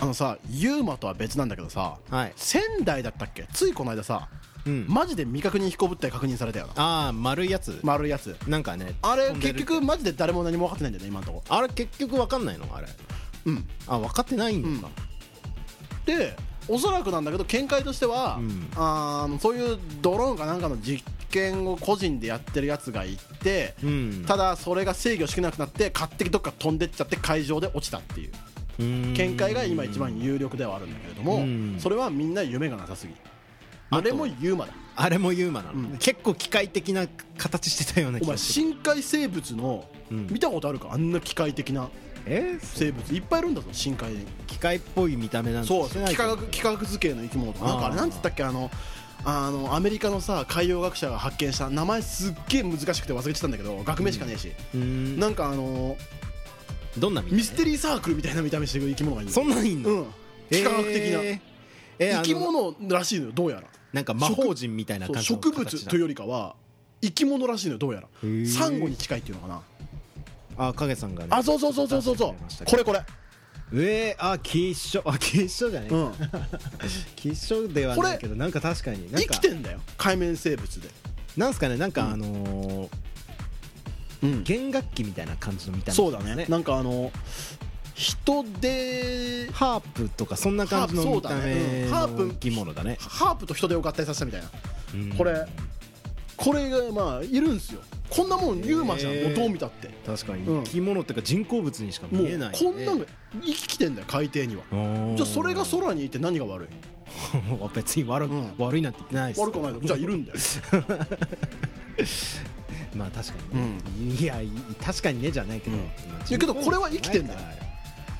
Speaker 2: あのさユーマとは別なんだけどさ
Speaker 3: はい、
Speaker 2: 仙台だったっけついこの間さ
Speaker 3: うん
Speaker 2: マジで未確認飛行物体確認されたよな
Speaker 3: ああ丸いやつ、
Speaker 2: 丸いやつ
Speaker 3: なんかね
Speaker 2: あれ
Speaker 3: 飛んで
Speaker 2: 結
Speaker 3: る
Speaker 2: 局マジで誰も何も分かってないんだよね今のとこ
Speaker 3: あれ結局わかんないのあれ
Speaker 2: うん
Speaker 3: あ分かってないんだ、
Speaker 2: でおそらくなんだけど見解としては、
Speaker 3: うん
Speaker 2: あーそういうドローンかなんかの実験を個人でやってるやつがいて、
Speaker 3: うん
Speaker 2: ただそれが制御しきれなくなって勝手にどっか飛んでっちゃって海上で落ちたっていう
Speaker 3: うん
Speaker 2: 見解が今一番有力ではあるんだけれども、
Speaker 3: うん
Speaker 2: それはみんな夢がなさすぎあれもユーマだ
Speaker 3: あれもユーマなの、
Speaker 2: うん
Speaker 3: 結構機械的な形してたような
Speaker 2: お
Speaker 3: 気
Speaker 2: 前
Speaker 3: がする
Speaker 2: 深海生物の、
Speaker 3: うん
Speaker 2: 見たことあるかあんな機械的な
Speaker 3: えー
Speaker 2: 生物いっぱいいるんだぞ深海に
Speaker 3: 機械っぽい見た目なんて
Speaker 2: そう
Speaker 3: してない
Speaker 2: 幾
Speaker 3: と思
Speaker 2: 何
Speaker 3: う
Speaker 2: 学幾何学図形の生き物とか
Speaker 3: あー
Speaker 2: なんかあれなんつったっけあのあのアメリカのさ海洋学者が発見した名前すっげえ難しくて忘れてたんだけど学名しかねえし、
Speaker 3: うん
Speaker 2: なんかあの
Speaker 3: どんな見た目
Speaker 2: ミステリーサークルみたいな見た目してる生き物がいる
Speaker 3: そんなにいんの、
Speaker 2: うん幾何学的な、
Speaker 3: えーえーあの
Speaker 2: 生き物らしいのよどうやら
Speaker 3: なんか魔法人みたいな
Speaker 2: そう
Speaker 3: 感じの
Speaker 2: 植
Speaker 3: 形
Speaker 2: 物
Speaker 3: だ
Speaker 2: というよりかは生き物らしいのよどうやら
Speaker 3: ー
Speaker 2: サンゴに近いっていうのかな
Speaker 3: あ影さんがね
Speaker 2: あそうそうそうそうそうそうこれこれ、
Speaker 3: れえー、あ吉祥あ吉祥じゃない、
Speaker 2: うん、
Speaker 3: 吉祥ではないけどなんか確かになん
Speaker 2: 生
Speaker 3: か
Speaker 2: きてんだよ海面生物で
Speaker 3: なんすかねなんか
Speaker 2: うん
Speaker 3: あのー
Speaker 2: うん
Speaker 3: 弦楽器みたいな感じの見た目
Speaker 2: そう
Speaker 3: で
Speaker 2: だ
Speaker 3: す
Speaker 2: ねなんかあの人で
Speaker 3: ハープとかそんな感じの見た目の生き物だね
Speaker 2: ハープと人手を合体させたみたいな、
Speaker 3: うん
Speaker 2: これこれがまあいるんですよこんなもんユーマじゃん、
Speaker 3: へー
Speaker 2: もうどう見たって
Speaker 3: 確かに
Speaker 2: うん
Speaker 3: 生き物っていうか人工物にしか
Speaker 2: もう
Speaker 3: 見えないね
Speaker 2: こんなの生きてんだよ海底には
Speaker 3: おー
Speaker 2: じゃあそれが空にいて何が悪い
Speaker 3: 別に悪,、
Speaker 2: うん
Speaker 3: 悪いなんて言ってないです
Speaker 2: 悪くはないだろじゃあいるんだよ
Speaker 3: まあ確かにね、いやい確かにねじゃないけど、
Speaker 2: うん
Speaker 3: まあ
Speaker 2: いやけどこれは生きてんだよ
Speaker 3: ないから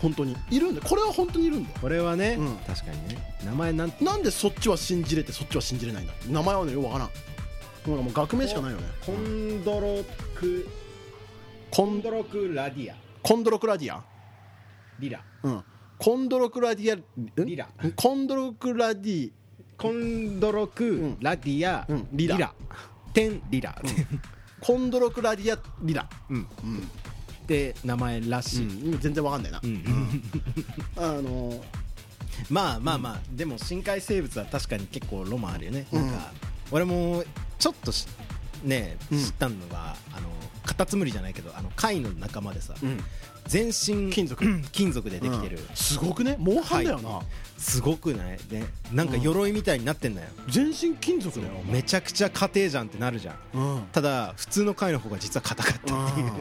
Speaker 2: 本当にいるんだよこれは本当にいるんだよ
Speaker 3: これはね、
Speaker 2: うん
Speaker 3: 確かにね名前なんて
Speaker 2: なんでそっちは信じれてそっちは信じれないんだ名前はねよくわからんなんかもう学名しかないよね
Speaker 3: コンドロク
Speaker 2: コ
Speaker 3: コン
Speaker 2: ン
Speaker 3: ドロクラディア
Speaker 2: コンドロクラディア
Speaker 3: リラ
Speaker 2: うんコンドロクラディアん
Speaker 3: リラ
Speaker 2: コンドロクラディ
Speaker 3: コンドロク
Speaker 2: ん
Speaker 3: ラディア、
Speaker 2: うんリラ
Speaker 3: テンリラ、
Speaker 2: コンドロクラディアリラ
Speaker 3: うん、
Speaker 2: うん、
Speaker 3: で名前らし
Speaker 2: う
Speaker 3: い、
Speaker 2: ん、全然わかんないな、
Speaker 3: うん
Speaker 2: あのー
Speaker 3: まあまあまあ、でも深海生物は確かに結構ロマンあるよね、
Speaker 2: うん
Speaker 3: なんか俺もちょっとしね
Speaker 2: うん
Speaker 3: 知ったのが、あのカタツムリじゃないけどあの貝の仲間でさ、
Speaker 2: うん
Speaker 3: 全身
Speaker 2: 金属
Speaker 3: うん金属でできてる、
Speaker 2: うんすごくねモンハンだよな、
Speaker 3: はいすごくないねなんか鎧みたいになってんだよ、
Speaker 2: 全身金属だよお前
Speaker 3: めちゃくちゃ硬えじゃんってなるじゃん
Speaker 2: うん
Speaker 3: ただ普通の貝の方が実は硬かったっていう
Speaker 2: うん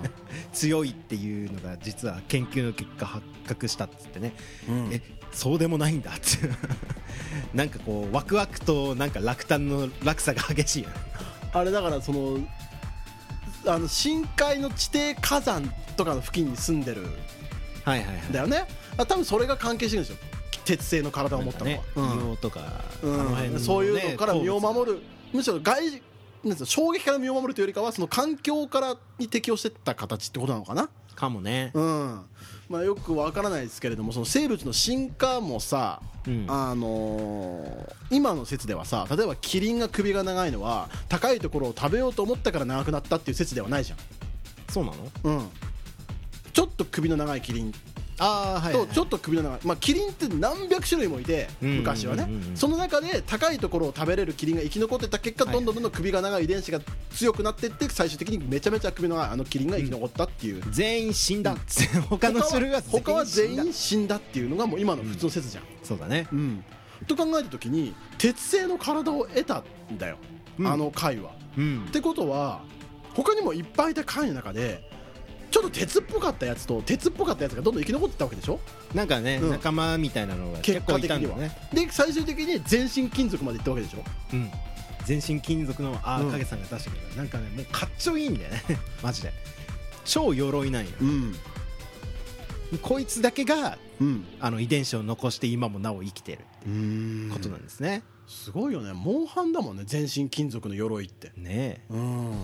Speaker 3: 強いっていうのが実は研究の結果発覚したっつってね、
Speaker 2: うん
Speaker 3: えそうでもないんだって なんかこうワクワクとなんか落胆の落差が激しいよね
Speaker 2: あれだからそのあの深海の地底火山とかの付近に住んでるん
Speaker 3: はいはいはい
Speaker 2: だよねあ多分それが関係してるんですよ鉄製の体を持ったのは、
Speaker 3: なんか
Speaker 2: うん
Speaker 3: ね、硫黄とか、あの辺
Speaker 2: うん
Speaker 3: ね
Speaker 2: そういうのから身を
Speaker 3: 鉱物
Speaker 2: 守るむしろ外なんですか衝撃から身を守るというよりかはその環境からに適応してった形ってことなのかな、
Speaker 3: かもね、
Speaker 2: うんまあ、よくわからないですけれどもその生物の進化もさ、
Speaker 3: うん
Speaker 2: あのー今の説ではさ例えばキリンが首が長いのは高いところを食べようと思ったから長くなったっていう説ではないじゃん、
Speaker 3: そうなの
Speaker 2: うん、ちょっと首の長いキリン
Speaker 3: ああはい
Speaker 2: とちょっと首の長い、まあ、キリンって何百種類もいて
Speaker 3: うんうんうんうん
Speaker 2: 昔はねその中で高いところを食べれるキリンが生き残ってた結果
Speaker 3: はい
Speaker 2: どんどんどんどん首が長い遺伝子が強くなっていって最終的にめちゃめちゃ首の長いあのキリンが生き残ったっていう、
Speaker 3: 全員死んだっつって他の種類は
Speaker 2: 他は全
Speaker 3: 死んだ
Speaker 2: 員死んだっていうのがもう今の普通の説じゃん、
Speaker 3: そうだね
Speaker 2: うんと考えた時に鉄製の体を得たんだよ、
Speaker 3: うん
Speaker 2: あの貝は。
Speaker 3: うん
Speaker 2: ってことは他にもいっぱいいた貝の中でちょっと鉄っぽかったやつと鉄っぽかったやつがどんどん生き残ってったわけでしょ
Speaker 3: なんかね、
Speaker 2: うん
Speaker 3: 仲間みたいなのが
Speaker 2: 結
Speaker 3: 結
Speaker 2: 果
Speaker 3: 構い
Speaker 2: 的
Speaker 3: たん
Speaker 2: に
Speaker 3: だよ
Speaker 2: は、
Speaker 3: ね、
Speaker 2: で最終的に全身金属までいったわけでしょ
Speaker 3: うん、全身金属のああ、
Speaker 2: うん
Speaker 3: 影さんが出してくれたなんかねもうかっちょいいんだよね マジで超鎧なんよ、
Speaker 2: うん
Speaker 3: こいつだけが
Speaker 2: うん
Speaker 3: あの遺伝子を残して今もなお生きてるって
Speaker 2: うん
Speaker 3: ことなんですね、
Speaker 2: すごいよねモンハンだもんね全身金属の鎧って
Speaker 3: ね
Speaker 2: うん
Speaker 3: え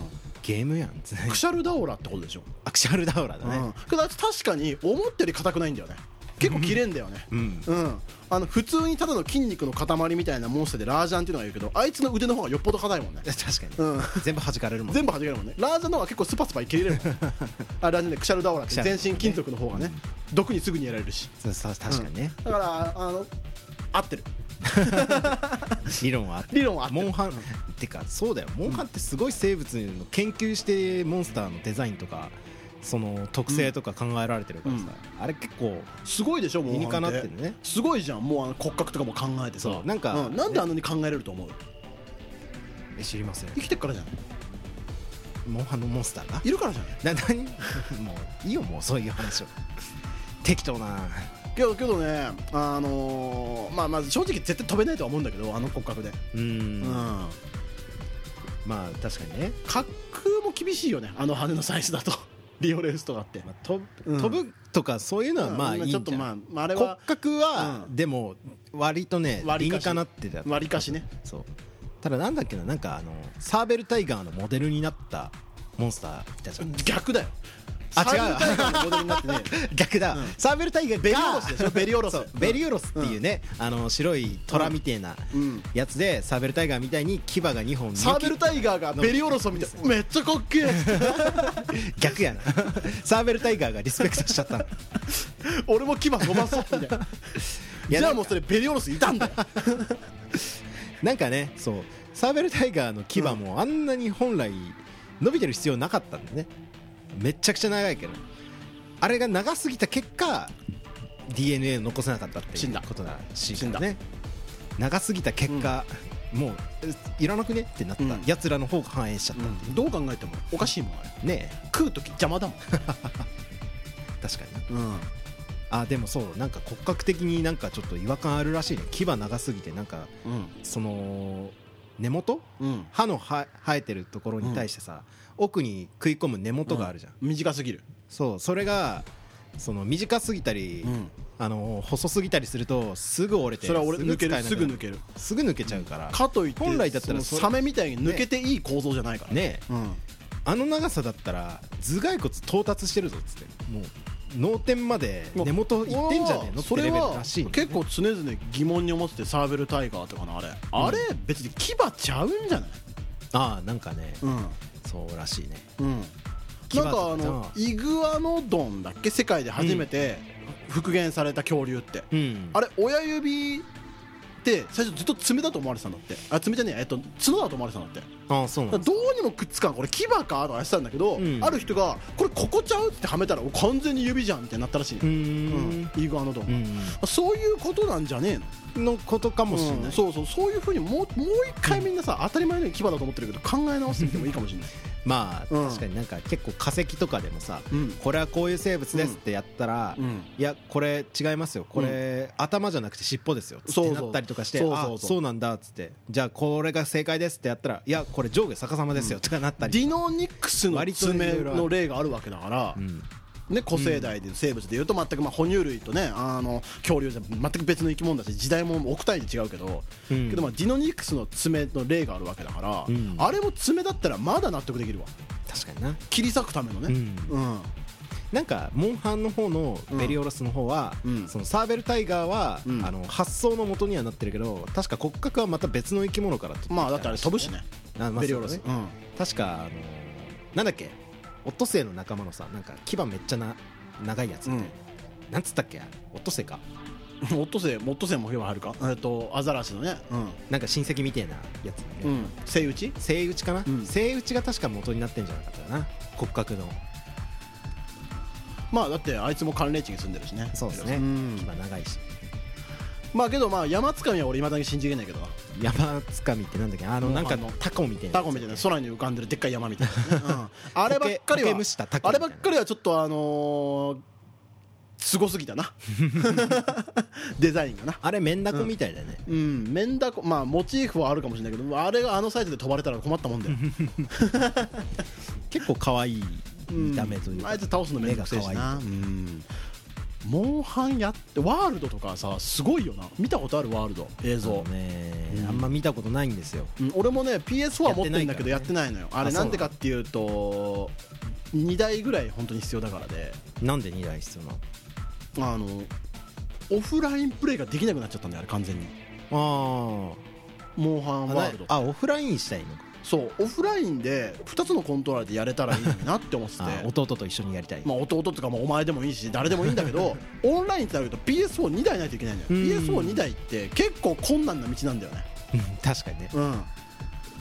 Speaker 3: ゲームやん つ
Speaker 2: クシャルダオラってことでしょ、
Speaker 3: アクシャルダウラだ
Speaker 2: うん
Speaker 3: ね、、
Speaker 2: けどあいつ確かに思ったより硬くないんだよね結構切れんだよね
Speaker 3: うん
Speaker 2: うんあの普通にただの筋肉の塊みたいなモンスターでラージャンっていうのがいるけどあいつの腕の方がよっぽど硬い もんね
Speaker 3: 確かに、
Speaker 2: うん
Speaker 3: 全部弾かれるもん
Speaker 2: 全部弾けるもんねラージャンの方が結構スパスパいけ れるもんあラージャンでクシャルダオラって
Speaker 3: クシャルダ
Speaker 2: 全
Speaker 3: オラね
Speaker 2: 身金属の方がね毒にすぐにやられるし
Speaker 3: そうそう確かにね、
Speaker 2: だからあの合ってる
Speaker 3: 理論はあって
Speaker 2: 理論は合って
Speaker 3: モ
Speaker 2: る
Speaker 3: ンハンってかそうだよモンハンってすごい生物の研究してモンスターのデザインとかその特性とか考えられてるからさ、あれ結構
Speaker 2: すごいでしょもう
Speaker 3: 理にかなってるね
Speaker 2: すごいじゃんもうあの骨格とかも考えてさ
Speaker 3: そうなんか
Speaker 2: うなんであんなに考えれると思う
Speaker 3: え知りません
Speaker 2: 生きてっからじゃない
Speaker 3: モンハンのモンスターが
Speaker 2: いるからじゃない
Speaker 3: な何 もういいよもうそういう話を適当な
Speaker 2: けどけどねあのーまあまあ正直絶対飛べないとは思うんだけどあの骨格で
Speaker 3: うん
Speaker 2: うん、
Speaker 3: まあ確かにね、
Speaker 2: 滑空も厳しいよねあの羽のサイズだと リオレウスとかって、
Speaker 3: まあ、飛
Speaker 2: うん
Speaker 3: ぶ飛ぶとかそういうのはまあいいんじ
Speaker 2: ち
Speaker 3: ゃ
Speaker 2: ょっとまあ
Speaker 3: ない
Speaker 2: まああれ
Speaker 3: 骨
Speaker 2: は
Speaker 3: 格は、
Speaker 2: うん
Speaker 3: でも割とね
Speaker 2: 割
Speaker 3: 理
Speaker 2: か
Speaker 3: に
Speaker 2: し
Speaker 3: かなってた
Speaker 2: 割りかしね
Speaker 3: そうただなんだっけななんかあのサーベルタイガーのモデルになったモンスターいたじゃん
Speaker 2: 逆だよ
Speaker 3: あ違う
Speaker 2: サイズ大会のモデルにな ってね
Speaker 3: 逆だ、
Speaker 2: うん
Speaker 3: サーベルタイガーが
Speaker 2: ベリオロスでしょベリオロス
Speaker 3: そうベリオロスっていうね、あの白い虎みてえな
Speaker 2: うん
Speaker 3: やつで、サーベルタイガーみたいに牙が2本
Speaker 2: サーベルタイガーがベリオロスを見てめっちゃかっけえ
Speaker 3: 逆やな サーベルタイガーがリスペクトしちゃったの
Speaker 2: 俺も牙伸ばそうみたいな
Speaker 3: いや
Speaker 2: じゃあもうそれベリオロスいたんだよ
Speaker 3: なんかねそうサーベルタイガーの牙もあんなに本来伸びてる必要なかったんだね、めちゃくちゃ長いけどあれが長すぎた結果 DNA を残せなかったって
Speaker 2: 死
Speaker 3: い
Speaker 2: ん
Speaker 3: う
Speaker 2: だ
Speaker 3: ことだし
Speaker 2: 死んだ
Speaker 3: ね長すぎた結果、もうえいらなくねってなった
Speaker 2: うん
Speaker 3: やつらの方が反映しちゃっ
Speaker 2: うんどう考えてもおかしいもんあれ
Speaker 3: た、ね
Speaker 2: 食う時邪魔だもん、
Speaker 3: え確かに
Speaker 2: うん、
Speaker 3: あでもそうなんか骨格的になんかちょっと違和感あるらしいね牙長すぎてなんか
Speaker 2: うん
Speaker 3: その根元
Speaker 2: うん
Speaker 3: 歯のは生えてるところに対してさ、奥に食い込む根元があるじゃん、
Speaker 2: 短すぎる、
Speaker 3: そうそれがその短すぎたり、
Speaker 2: うん
Speaker 3: あの細すぎたりするとすぐ折れて
Speaker 2: それは俺
Speaker 3: すぐ
Speaker 2: 抜け
Speaker 3: 使
Speaker 2: る
Speaker 3: えな
Speaker 2: すぐ
Speaker 3: くな
Speaker 2: 抜ける
Speaker 3: すぐ抜けちゃうから、
Speaker 2: かといって
Speaker 3: 本来だったら
Speaker 2: その
Speaker 3: そ
Speaker 2: サメみたいに抜けていい構造じゃないから、
Speaker 3: ね
Speaker 2: う
Speaker 3: え
Speaker 2: ん、
Speaker 3: あの長さだったら頭蓋骨到達してるぞっつってもう脳天まで根元いってんじゃねえのって
Speaker 2: そ
Speaker 3: レ
Speaker 2: れ
Speaker 3: ベル
Speaker 2: は
Speaker 3: らしいのね
Speaker 2: 結構常々疑問に思っててサーベルタイガーとかのあれ、あれ別に牙ちゃうんじゃない
Speaker 3: ああなんかね、
Speaker 2: うん
Speaker 3: そうらしいね
Speaker 2: うん
Speaker 3: 牙
Speaker 2: な
Speaker 3: と
Speaker 2: んかあ
Speaker 3: かじゃ
Speaker 2: の
Speaker 3: あ
Speaker 2: イグアノドンだっけ世界で初めて復元された恐竜って、
Speaker 3: うん
Speaker 2: あれ親指って最初ずっと爪だと思われてたんだってあ爪じゃねえ、えっと、角だと思われてたんだって
Speaker 3: ああそうな
Speaker 2: だ
Speaker 3: んだ
Speaker 2: からどうにもくっつかんこれ牙かとか言ってたんだけど、
Speaker 3: うん
Speaker 2: ある人がこれここちゃうってはめたらお完全に指じゃんってなったらしいね、
Speaker 3: うー
Speaker 2: うん
Speaker 3: ん、
Speaker 2: イグアノドン、
Speaker 3: うん
Speaker 2: そういうことなんじゃねえの
Speaker 3: のことかもしれない、
Speaker 2: うんそうそうそういうふうにもうもう一回みんなさ、当たり前のように牙だと思ってるけど考え直してみてもいいかもしれない
Speaker 3: まあ、
Speaker 2: うん
Speaker 3: 確かになんか結構化石とかでもさ、
Speaker 2: うん
Speaker 3: これはこういう生物ですってやったら、
Speaker 2: うん
Speaker 3: いやこれ違いますよこれ、頭じゃなくて尻尾ですよって
Speaker 2: そうそう
Speaker 3: なったりとかして
Speaker 2: そうそうそう
Speaker 3: あそうなんだっつってじゃあこれが正解ですってやったらいやこれ上下逆さまですよとかなった
Speaker 2: デ
Speaker 3: り、
Speaker 2: ィノニクスの
Speaker 3: 割と
Speaker 2: 爪
Speaker 3: ね色々ある
Speaker 2: の例があるわけだから、
Speaker 3: うん
Speaker 2: ね、古生代で生物でいうと全くまあ哺乳類とねあの恐竜じゃ全く別の生き物だし時代も億単位で違うけど、
Speaker 3: うん
Speaker 2: けどまあディノニクスの爪の例があるわけだから、
Speaker 3: うん
Speaker 2: あれも爪だったらまだ納得できるわ
Speaker 3: 確かにな
Speaker 2: 切り裂くためのねうん
Speaker 3: なんかモンハンの方のベリオロスの方は、
Speaker 2: うん
Speaker 3: そのサーベルタイガーは、
Speaker 2: うん
Speaker 3: あの発想の元にはなってるけど確か骨格はまた別の生き物から取ってきた
Speaker 2: まあだってあれ飛ぶしね
Speaker 3: あまあ
Speaker 2: ベリオロス、
Speaker 3: そうだね確かあのーなんだっけオットセイの仲間のさなんか牙めっちゃな長いやつ
Speaker 2: うん、う
Speaker 3: み
Speaker 2: ん
Speaker 3: たいな、なんつったっけオットセイか
Speaker 2: モットセイモットセイも冬は入るかえっとアザラシのねうん
Speaker 3: なんか親戚みたいなやつ、
Speaker 2: う
Speaker 3: ね
Speaker 2: んセイウチ
Speaker 3: セイウチかな、
Speaker 2: うん
Speaker 3: セイウチが確か元になってんじゃなかったかな骨格の
Speaker 2: まあだってあいつも寒冷地に住んでるしね
Speaker 3: そうですね、
Speaker 2: ん
Speaker 3: 牙長いし
Speaker 2: まあけどまあ山つかみは俺いまだに信じれないけどな
Speaker 3: 山つかみってなんだっけあ
Speaker 2: も
Speaker 3: の
Speaker 2: う
Speaker 3: なん
Speaker 2: あ
Speaker 3: か
Speaker 2: の
Speaker 3: タコみたいな
Speaker 2: タコみたいな空に浮かんでるでっかい山みたいな ね、うん、あればっかり
Speaker 3: 苔
Speaker 2: は
Speaker 3: 苔むしたタコ
Speaker 2: あ
Speaker 3: みた
Speaker 2: れ
Speaker 3: い
Speaker 2: ば
Speaker 3: な
Speaker 2: っかりはちょっとあのー、すごすぎたな デザインがな
Speaker 3: あれメンダコみたいだね、
Speaker 2: うんメンダコまあモチーフはあるかもしれないけどあれがあのサイズで飛ばれたら困ったもんだ よ
Speaker 3: 結構可愛い見た目という
Speaker 2: うん
Speaker 3: か、
Speaker 2: あいつ倒すのめんどくせえし
Speaker 3: 目が
Speaker 2: なうんモンハンやってワールドとかさすごいよな見たことあるワールド映
Speaker 3: そう
Speaker 2: 像
Speaker 3: ね、
Speaker 2: うん
Speaker 3: あんま見たことないんですよ
Speaker 2: うん俺もね PS4 は持ってるんだけどや
Speaker 3: や
Speaker 2: っ
Speaker 3: ってて
Speaker 2: ないのよあれ
Speaker 3: あそう
Speaker 2: な
Speaker 3: なんん
Speaker 2: で
Speaker 3: だ
Speaker 2: かっていうと2台ぐらい本当に必要だからで
Speaker 3: なんで2台必要なの
Speaker 2: あのオフラインプレイができなくなっちゃったんだよあれ完全に
Speaker 3: あ
Speaker 2: モンハン
Speaker 3: ー
Speaker 2: ワールド
Speaker 3: あオフラインしたいのか
Speaker 2: そうオフラインで2つのコントローラーでやれたらいいのになって思ってて
Speaker 3: あー弟と一緒にやりたい、
Speaker 2: まあ弟とかもお前でもいいし誰でもいいんだけ どオンラインってなると PS42 台ないといけないんだよ
Speaker 3: うん
Speaker 2: PS42 台って結構困難な道なんだよね
Speaker 3: うん確かにね
Speaker 2: うん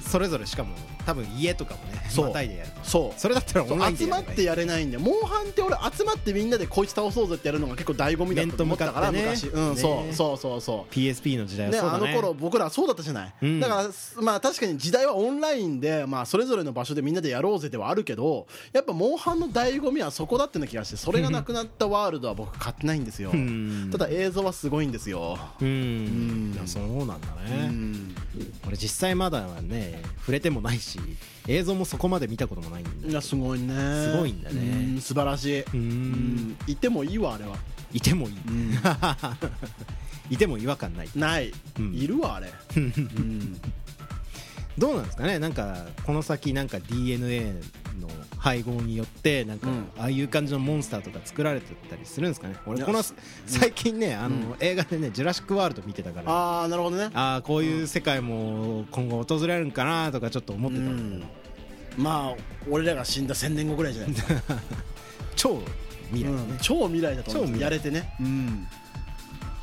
Speaker 3: それぞれしかも多分家とかもね
Speaker 2: そう
Speaker 3: またいでやる
Speaker 2: そう
Speaker 3: それだったらオンラインで
Speaker 2: 集
Speaker 3: や
Speaker 2: まっ
Speaker 3: ればいい
Speaker 2: てやれないんでモンハンって俺集まってみんなでこいつ倒そうぜってやるのが結構醍醐味だと思ったから
Speaker 3: 面と向か
Speaker 2: 昔
Speaker 3: ってね
Speaker 2: うん
Speaker 3: ね
Speaker 2: そうそうそうそう
Speaker 3: PSP の時代は
Speaker 2: ね、
Speaker 3: そう
Speaker 2: あ
Speaker 3: だ
Speaker 2: の
Speaker 3: ね
Speaker 2: 頃僕らそうだったじゃない、
Speaker 3: うん
Speaker 2: だからすまあ確かに時代はオンラインで、まあ、それぞれの場所でみんなでやろうぜではあるけどやっぱモンハンの醍醐味はそこだってな気がしてそれがなくなったワールドは僕買ってないんですよ
Speaker 3: うん
Speaker 2: ただ映像はすごいんですよ
Speaker 3: うん
Speaker 2: うん
Speaker 3: いやそうなんだ
Speaker 2: う
Speaker 3: ね
Speaker 2: ん
Speaker 3: 俺実際まだね触れてもないし映像もそこまで見たこともないん
Speaker 2: い
Speaker 3: で
Speaker 2: やすごいね
Speaker 3: すごいんだね
Speaker 2: うん素晴らしいう
Speaker 3: ー
Speaker 2: うんんいてもいいわあれは、
Speaker 3: いてもいいいても違和感ない
Speaker 2: ない、
Speaker 3: うん
Speaker 2: いるわあれ、うん
Speaker 3: どうなんですかねなんかこの先なんか DNA の配合によってなんか
Speaker 2: うん
Speaker 3: ああいう感じのモンスターとか作られてたりするんですかね
Speaker 2: い
Speaker 3: 俺
Speaker 2: や
Speaker 3: この
Speaker 2: す
Speaker 3: 最近ねあの映画でね「ジュラシック・ワールド」見てたから
Speaker 2: ああなるほどね
Speaker 3: ああこういう世界も今後訪れるんかなとかちょっと思ってたんだけど、
Speaker 2: まあ俺らが死んだ1000年後ぐらいじゃないですか
Speaker 3: 超未来ね、
Speaker 2: うん超未来だと思う
Speaker 3: 超未来
Speaker 2: やれてね、うん、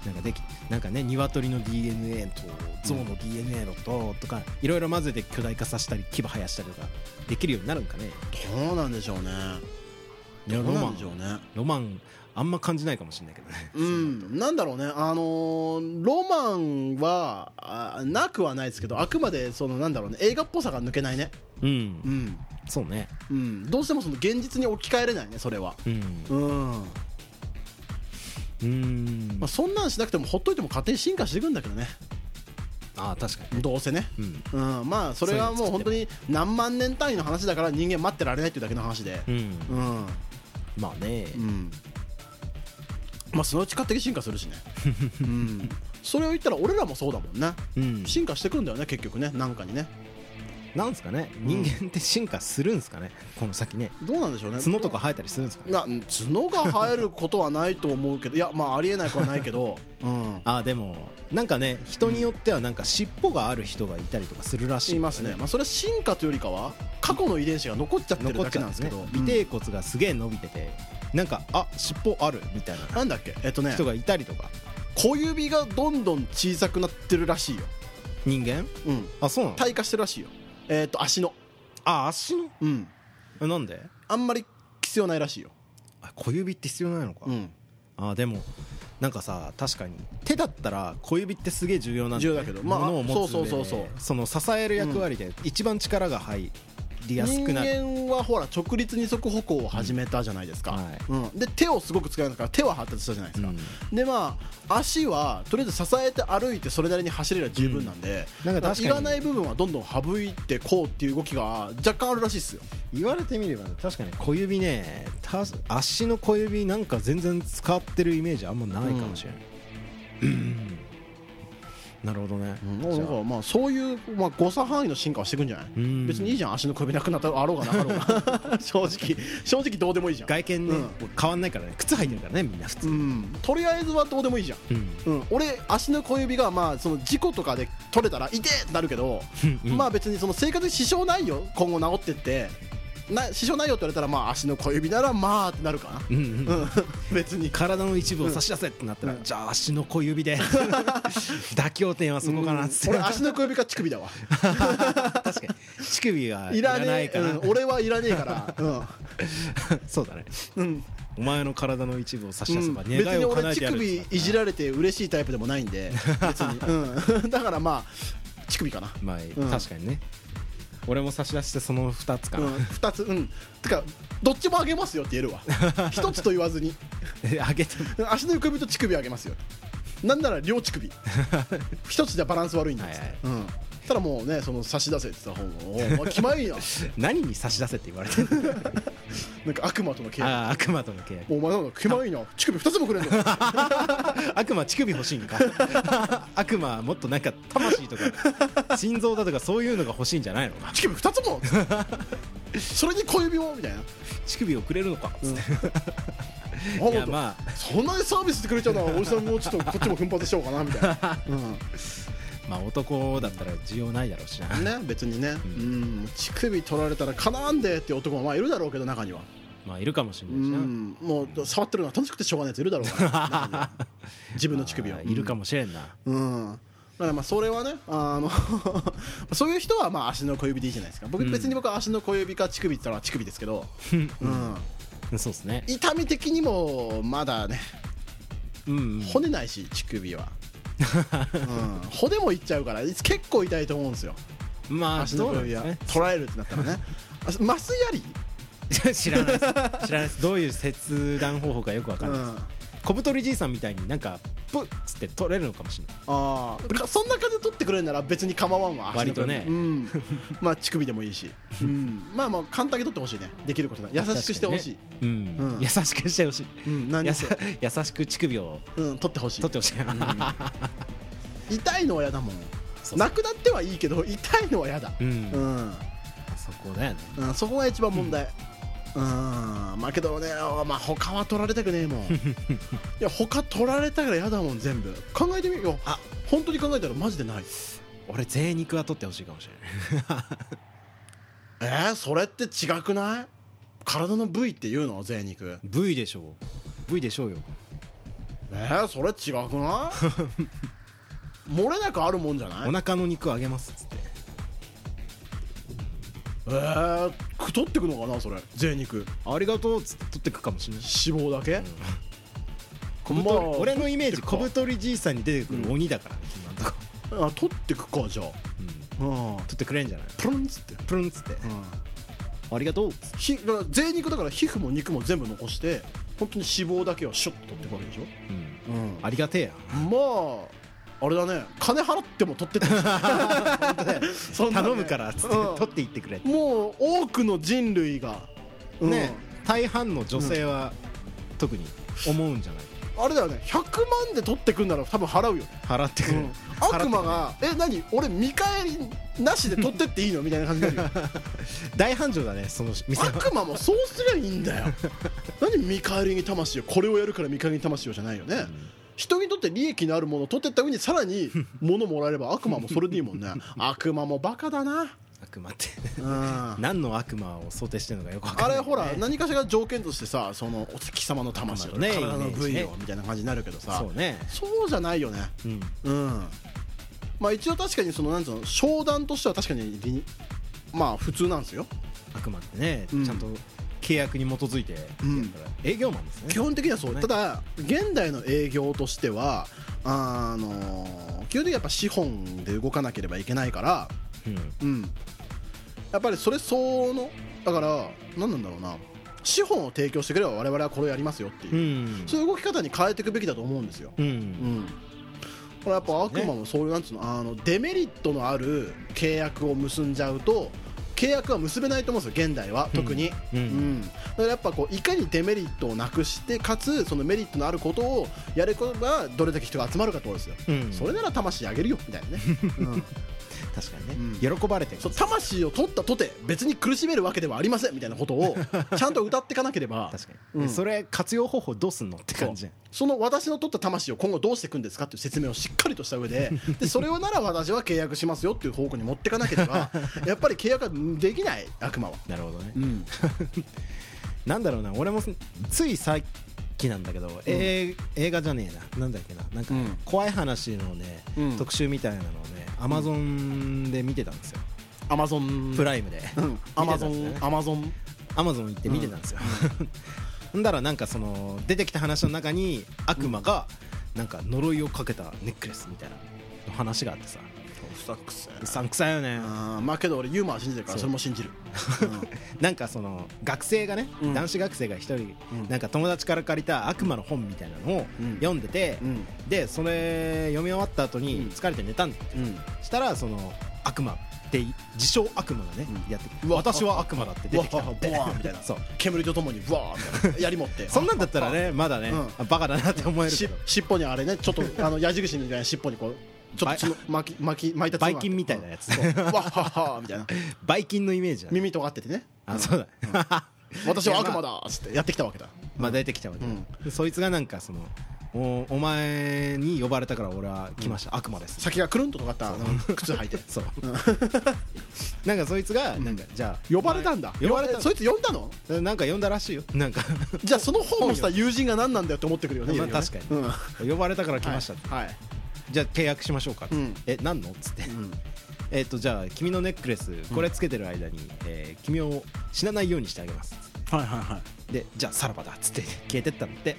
Speaker 3: なんかできなんかね鶏の DNA と象の DNA のととかいろいろ混ぜて巨大化させたり牙生やしたりとかできるようになるんかね
Speaker 2: どうなんでしょうねってどうなんでしょうね
Speaker 3: ロマンあんま感じないかもしれないけどね
Speaker 2: うん、なんだろうね、あのーロマンはあなくはないですけどあくまでそのなんだろうね映画っぽさが抜けないね、
Speaker 3: うん
Speaker 2: うん
Speaker 3: そうね
Speaker 2: うん、どうしてもその現実に置き換えれないねそれは、
Speaker 3: うん
Speaker 2: うん
Speaker 3: うん
Speaker 2: まあ、そんなんしなくてもほっといても勝手に進化していくんだけどね
Speaker 3: ああ確か
Speaker 2: どうせね、
Speaker 3: にうん
Speaker 2: うん、まあそれはもう本当に何万年単位の話だから人間待ってられないっていうだけの話で、
Speaker 3: うん
Speaker 2: うん
Speaker 3: まあね
Speaker 2: うんまあそのうち勝手に進化するし ね、うん、それを言ったら俺らもそうだもんね
Speaker 3: うん
Speaker 2: 進化してくんだよね結局ねなんかにね
Speaker 3: なんすかね人間って進化するんすかねこの先ね
Speaker 2: どうなんでしょうね
Speaker 3: 角とか生えたりするんですかね
Speaker 2: な角が生えることはないと思うけどいやまあありえないくはないけ ど、うん、
Speaker 3: ああでもなんかね人によってはなんか尻尾がある人がいたりとかするらしい
Speaker 2: いますね、まあ、それは進化というよりかは過去の遺伝子が残っちゃってる
Speaker 3: 残
Speaker 2: だ
Speaker 3: っち
Speaker 2: け
Speaker 3: ゃ
Speaker 2: な
Speaker 3: うん
Speaker 2: ん
Speaker 3: で
Speaker 2: です
Speaker 3: す
Speaker 2: け
Speaker 3: け
Speaker 2: ど
Speaker 3: ど、
Speaker 2: うん
Speaker 3: 尾てい骨がすげえ伸びててなんかあ尻尾あるみたいな
Speaker 2: なんだっけえっとね
Speaker 3: 人がいたりとか
Speaker 2: 小指がどんどん小さくなってるらしいよ、
Speaker 3: 人間
Speaker 2: うん、
Speaker 3: あそうなの
Speaker 2: 退化してるらしいよえっと足の
Speaker 3: あ足の
Speaker 2: うん
Speaker 3: えなんで
Speaker 2: あんまり必要ないらしいよ、
Speaker 3: あ小指って必要ないのか、
Speaker 2: うん、
Speaker 3: あでもなんかさ確かに手だったら小指ってすげえ重要なんだ
Speaker 2: 重
Speaker 3: よ
Speaker 2: 要
Speaker 3: ね
Speaker 2: だけどまあ
Speaker 3: 物を持つ
Speaker 2: そう
Speaker 3: 上で
Speaker 2: そうそうそう
Speaker 3: その支える役割で一番力が入りやす
Speaker 2: 人
Speaker 3: くなる
Speaker 2: 間はほら直立二足歩行を始めたじゃないですか、
Speaker 3: うんはい
Speaker 2: うんで手をすごく使いますから手は発達したじゃないですか、でまあ足はとりあえず支えて歩いてそれなりに走れれば十分なんで、
Speaker 3: うんなんか確かに
Speaker 2: いらない部分はどんどん省いてこうっていう動きが若干あるらしいですよ
Speaker 3: 言われてみればね確かに小指ねた足の小指なんか全然使ってるイメージあんまないかもしれない、うんなるほどね、
Speaker 2: だ
Speaker 3: じゃ
Speaker 2: か
Speaker 3: あ
Speaker 2: らまあそういう、まあ、誤差範囲の進化はしていくんじゃない、
Speaker 3: うん
Speaker 2: 別にいいじゃん足の首なくなったあろうがなかろう が正直正直どうでもいいじゃん、
Speaker 3: 外見ね、
Speaker 2: うん
Speaker 3: もう変わんないからね靴履いてるからねみんな普通、
Speaker 2: うん、とりあえずはどうでもいいじゃん
Speaker 3: うん
Speaker 2: うん、俺足の小指がまあその事故とかで取れたら痛えってなるけど、まあ別にその生活に支障ないよ今後治ってってな支障ないよって言われたらまあ足の小指ならまあってなるか
Speaker 3: うんうん
Speaker 2: な、うん、別に
Speaker 3: 体の一部を差し出せってなったら、じゃあ足の小 指で妥協点はそこかなっつって、
Speaker 2: 俺足の小指か乳首だわ
Speaker 3: 確かに乳首 はい
Speaker 2: い
Speaker 3: ら
Speaker 2: ら
Speaker 3: な
Speaker 2: ね
Speaker 3: い
Speaker 2: え
Speaker 3: かな、
Speaker 2: うん俺はいらねえから、うん
Speaker 3: そうだね
Speaker 2: うん
Speaker 3: お前の体の一部を差し出せば
Speaker 2: 別
Speaker 3: 願い
Speaker 2: に
Speaker 3: を叶
Speaker 2: 俺
Speaker 3: えて
Speaker 2: 乳
Speaker 3: やる
Speaker 2: 首いじられて嬉しいタイプでもないん で別に、うん、 だからまあ乳首かな
Speaker 3: まあ、
Speaker 2: ん
Speaker 3: 確かにね俺も差し出してその2つか
Speaker 2: う
Speaker 3: な、
Speaker 2: ん、2つうんてかどっちもあげますよって言えるわ 一つと言わずに
Speaker 3: えあげても
Speaker 2: 足の首と乳首あげますよなんなら両乳 首一つじゃバランス悪いんです、
Speaker 3: はいはい
Speaker 2: うんただもうねその差し出せって言った方もお前気 前いいな
Speaker 3: 何に差し出せって言われてる
Speaker 2: なんか悪魔との契約
Speaker 3: ああ悪魔との契約
Speaker 2: お前なんか気前いいな乳首二つもく れんの
Speaker 3: 悪魔乳首欲しい んか悪魔はもっとなんか魂とか心臓だとかそういうのが欲しいんじゃないのか
Speaker 2: 乳首二つ もそれに小指もみたいな
Speaker 3: 乳首をくれるのかつって、
Speaker 2: あ
Speaker 3: いやまあ
Speaker 2: そんなにサービスしてくれちゃうならおじさんもうちょっとこっちも奮発しようかなみたい な、
Speaker 3: まあ男だったら需要ないだろうしな
Speaker 2: うん、ね別にね、うん、乳首取られたらかなわんでっていう男もまあいるだろうけど中には
Speaker 3: まあいるかもしれ
Speaker 2: う
Speaker 3: ないしな、
Speaker 2: んもう触ってるのは楽しくてしょうがないやついるだろう から中には自分の乳首を
Speaker 3: あーいるかもしれんな、
Speaker 2: うんだからまあそれはねあの そういう人はまあ足の小指でいいじゃないですか僕別に僕は足の小指か乳首って言ったら乳首ですけ ど、うん、
Speaker 3: そうですね
Speaker 2: 痛み的にもまだね
Speaker 3: うんうん
Speaker 2: 骨ないし乳首は、うん、骨もいっちゃうから結構痛いと思うんですよ
Speaker 3: まあ
Speaker 2: 足の
Speaker 3: そう
Speaker 2: 小
Speaker 3: なん
Speaker 2: 指
Speaker 3: です
Speaker 2: は
Speaker 3: ね
Speaker 2: 捉えるってなったらねあ麻酔やり
Speaker 3: 知らないです知らないですどういう切断方法かよくわかんないです、
Speaker 2: うん
Speaker 3: 小太りじいさんみたいになんかプッつって取れるのかもしれない
Speaker 2: ああそんな感じで取ってくれるなら別に構わんわ
Speaker 3: 割とね
Speaker 2: 足の裏でうん、まあ乳首でもいいし、うん、まあまあ簡単に取ってほしいねできることない優しくしてほしい、
Speaker 3: 確かにねうん
Speaker 2: うん
Speaker 3: 優しくしてほしい
Speaker 2: うん何
Speaker 3: や
Speaker 2: せ
Speaker 3: さ優しく乳首を
Speaker 2: うん、取ってほしい
Speaker 3: 取ってほしい
Speaker 2: 痛いのは嫌だもん
Speaker 3: そう
Speaker 2: なくなってはいいけど痛いのは嫌だ
Speaker 3: う
Speaker 2: うんん、
Speaker 3: そこだよね
Speaker 2: うん、そこが一番問題うん、まあけどね、まあ、他は取られたくねえも んいや他取られたから嫌だもん全部考えてみようあ本当に考えたらマジでない
Speaker 3: 俺贅肉は取ってほしいかもしれない
Speaker 2: えー、それって違くない体の部位っていうの贅肉
Speaker 3: V でしょう V でしょうよ
Speaker 2: えー、それ違くない 漏れなくあるもんじゃない
Speaker 3: お腹の肉あげますっつって
Speaker 2: えー、肉取ってくのかなそれ贅肉
Speaker 3: ありがとうっつって取ってくかもしれない
Speaker 2: 脂肪だけ、
Speaker 3: 小太り
Speaker 2: まあ
Speaker 3: 俺のイメージ
Speaker 2: 取ってくか
Speaker 3: 小太りじいさんに出てくる鬼だから、ね今んとこ
Speaker 2: あ取ってくかじゃあ
Speaker 3: うん
Speaker 2: うん
Speaker 3: 取ってくれんじゃない
Speaker 2: プルンっつって、
Speaker 3: プルンっつっ
Speaker 2: う
Speaker 3: て
Speaker 2: ん、
Speaker 3: ありがとうっつって
Speaker 2: ひだから贅肉だから皮膚も肉も全部残して本当に脂肪だけはシュッと取ってくわけでしょ、
Speaker 3: うん
Speaker 2: うん、
Speaker 3: ありがてえや
Speaker 2: まああれだね金払っても取ってってほしい そんなね
Speaker 3: 頼むからっつって
Speaker 2: うん
Speaker 3: 取っていってくれって
Speaker 2: もう多くの人類が、うん
Speaker 3: ね大半の女性は特に思うんじゃない
Speaker 2: あれだよね100万で取ってくんなら多分払うよ、ね
Speaker 3: 払ってく
Speaker 2: う
Speaker 3: れ
Speaker 2: ん
Speaker 3: る、
Speaker 2: 悪魔が「え何俺見返りなしで取ってっていいの?」みたいな感じになるよ
Speaker 3: 大繁盛だねその店は
Speaker 2: 悪魔もそうすりゃいいんだよ 何見返りに魂をこれをやるから見返りに魂をじゃないよね、人にとって利益のあるものを取ってった上にさらに物もらえれば悪魔もそれでいいもんね 悪魔もバカだな、
Speaker 3: 悪魔って
Speaker 2: うん、
Speaker 3: 何の悪魔を想定してるのかよくわか
Speaker 2: あ
Speaker 3: んない
Speaker 2: れほら何かしらが条件としてさそのお月様の魂を
Speaker 3: ね
Speaker 2: 体の部
Speaker 3: イメ
Speaker 2: 位
Speaker 3: ージ
Speaker 2: を
Speaker 3: ね
Speaker 2: みたいな感じになるけどさ
Speaker 3: そうね
Speaker 2: そうじゃないよね
Speaker 3: うん
Speaker 2: うんまあ一応確かにそのなんつうの商談としては確かに理にまあ普通なんですよ
Speaker 3: 悪魔ってね
Speaker 2: うん
Speaker 3: ちゃんと契約に基づいてやるから営業マンですね
Speaker 2: 基本的にはそう
Speaker 3: ね
Speaker 2: ただ現代の営業としてはあの基本的にはやっぱ資本で動かなければいけないから
Speaker 3: うん
Speaker 2: うんやっぱりそれ相応のだから何なんだろうな資本を提供してくれば我々はこれをやりますよっていう
Speaker 3: う、ん
Speaker 2: そういう動き方に変えていくべきだと思うんですよ。
Speaker 3: う
Speaker 2: うんんこれやっぱ悪魔もそういうなんつうのあのデメリットのある契約を結んじゃうと契約は結べないと思うんですよ、現代は特に。
Speaker 3: うん
Speaker 2: うんだからやっぱこういかにデメリットをなくしてかつそのメリットのあることをやればどれだけ人が集まるかってことですよ、
Speaker 3: うん
Speaker 2: それなら魂あげるよみたい なね、うん
Speaker 3: 確か
Speaker 2: うん
Speaker 3: にね喜ばれてる
Speaker 2: そう魂を取ったとて別に苦しめるわけではありませんみたいなことをちゃんと歌っていかなければ
Speaker 3: 確か
Speaker 2: う
Speaker 3: に
Speaker 2: ん
Speaker 3: それ活用方法どうすんのって感じ
Speaker 2: その私の取った魂を今後どうしていくんですかっていう説明をしっかりとした上 ででそれをなら私は契約しますよっていう方向に持っていかなけれ ばやっぱり契約はできない悪魔は、
Speaker 3: なるほどね
Speaker 2: うん
Speaker 3: なんだろうな俺もすついさっきなんだけど、えー映画じゃねえななんだっけななんか
Speaker 2: うん
Speaker 3: 怖い話のね、
Speaker 2: うん
Speaker 3: 特集みたいなのをねアマゾンで見てたんですよ、
Speaker 2: アマゾン
Speaker 3: プライムで
Speaker 2: うんアマゾ
Speaker 3: 見てたん
Speaker 2: ン
Speaker 3: ですね
Speaker 2: アマゾン
Speaker 3: アマゾン行って見てたんですよ、ほんだ らなんかその出てきた話の中に悪魔がなんか呪いをかけたネックレスみたいなの話があってさうさんくさいよね
Speaker 2: あーまあけど俺ユーモアは信じてるからそ
Speaker 3: そう
Speaker 2: れも信 じる、
Speaker 3: なんかその学生がね、
Speaker 2: うん
Speaker 3: 男子学生が一人、
Speaker 2: うん
Speaker 3: なんか友達から借りた悪魔の本みたいなのを
Speaker 2: うん
Speaker 3: 読んでて、
Speaker 2: うん
Speaker 3: でそれ読み終わった後
Speaker 2: うん
Speaker 3: に疲れて寝たんだよ
Speaker 2: うんうん
Speaker 3: したらその悪魔って自称悪魔がね、
Speaker 2: うん
Speaker 3: やってきて
Speaker 2: うわ
Speaker 3: 私は悪魔だって出てきたのって
Speaker 2: うわボワーみたいな
Speaker 3: そう
Speaker 2: 煙とともにブワーみたいな槍持って
Speaker 3: そんなんだったらねまだね、
Speaker 2: うん
Speaker 3: あバカだなって思えるけ
Speaker 2: し
Speaker 3: ど
Speaker 2: 尻尾にあれねちょっとあの矢印みたいな尻尾にこうちょっと角巻き巻き巻いた角が
Speaker 3: バイキンみたいなやつ
Speaker 2: うん そうわっはっはみたいな
Speaker 3: バイキンのイメージだね
Speaker 2: 耳尖っててね
Speaker 3: あそうだ、
Speaker 2: 私は悪
Speaker 3: いや
Speaker 2: 魔だっつってやってきたわけだ
Speaker 3: まあ出てきたわけだ、でそいつがなんかそのおお前に呼ばれたから俺は来ました、悪魔です
Speaker 2: 先がくるんと尖ったあの靴履いて
Speaker 3: そうなんかそいつがなんか、じゃあ
Speaker 2: 呼ばれたんだ
Speaker 3: 呼ばれたの
Speaker 2: そいつ呼んだの
Speaker 3: なんか呼んだらしいよなんか
Speaker 2: じゃあその本をした友人が何なんだよって思ってくるよね
Speaker 3: まあ
Speaker 2: いよいよね
Speaker 3: 確かに
Speaker 2: うん
Speaker 3: 呼ばれたから来ましたって、
Speaker 2: はいはい
Speaker 3: じゃあ契約しましょうかって、
Speaker 2: うん
Speaker 3: え何のっつって、
Speaker 2: ん
Speaker 3: えっとじゃあ君のネックレスこれつけてる間に、えー君を死なないようにしてあげます
Speaker 2: はいはいはい
Speaker 3: でじゃあさらばだっつって消えてったのって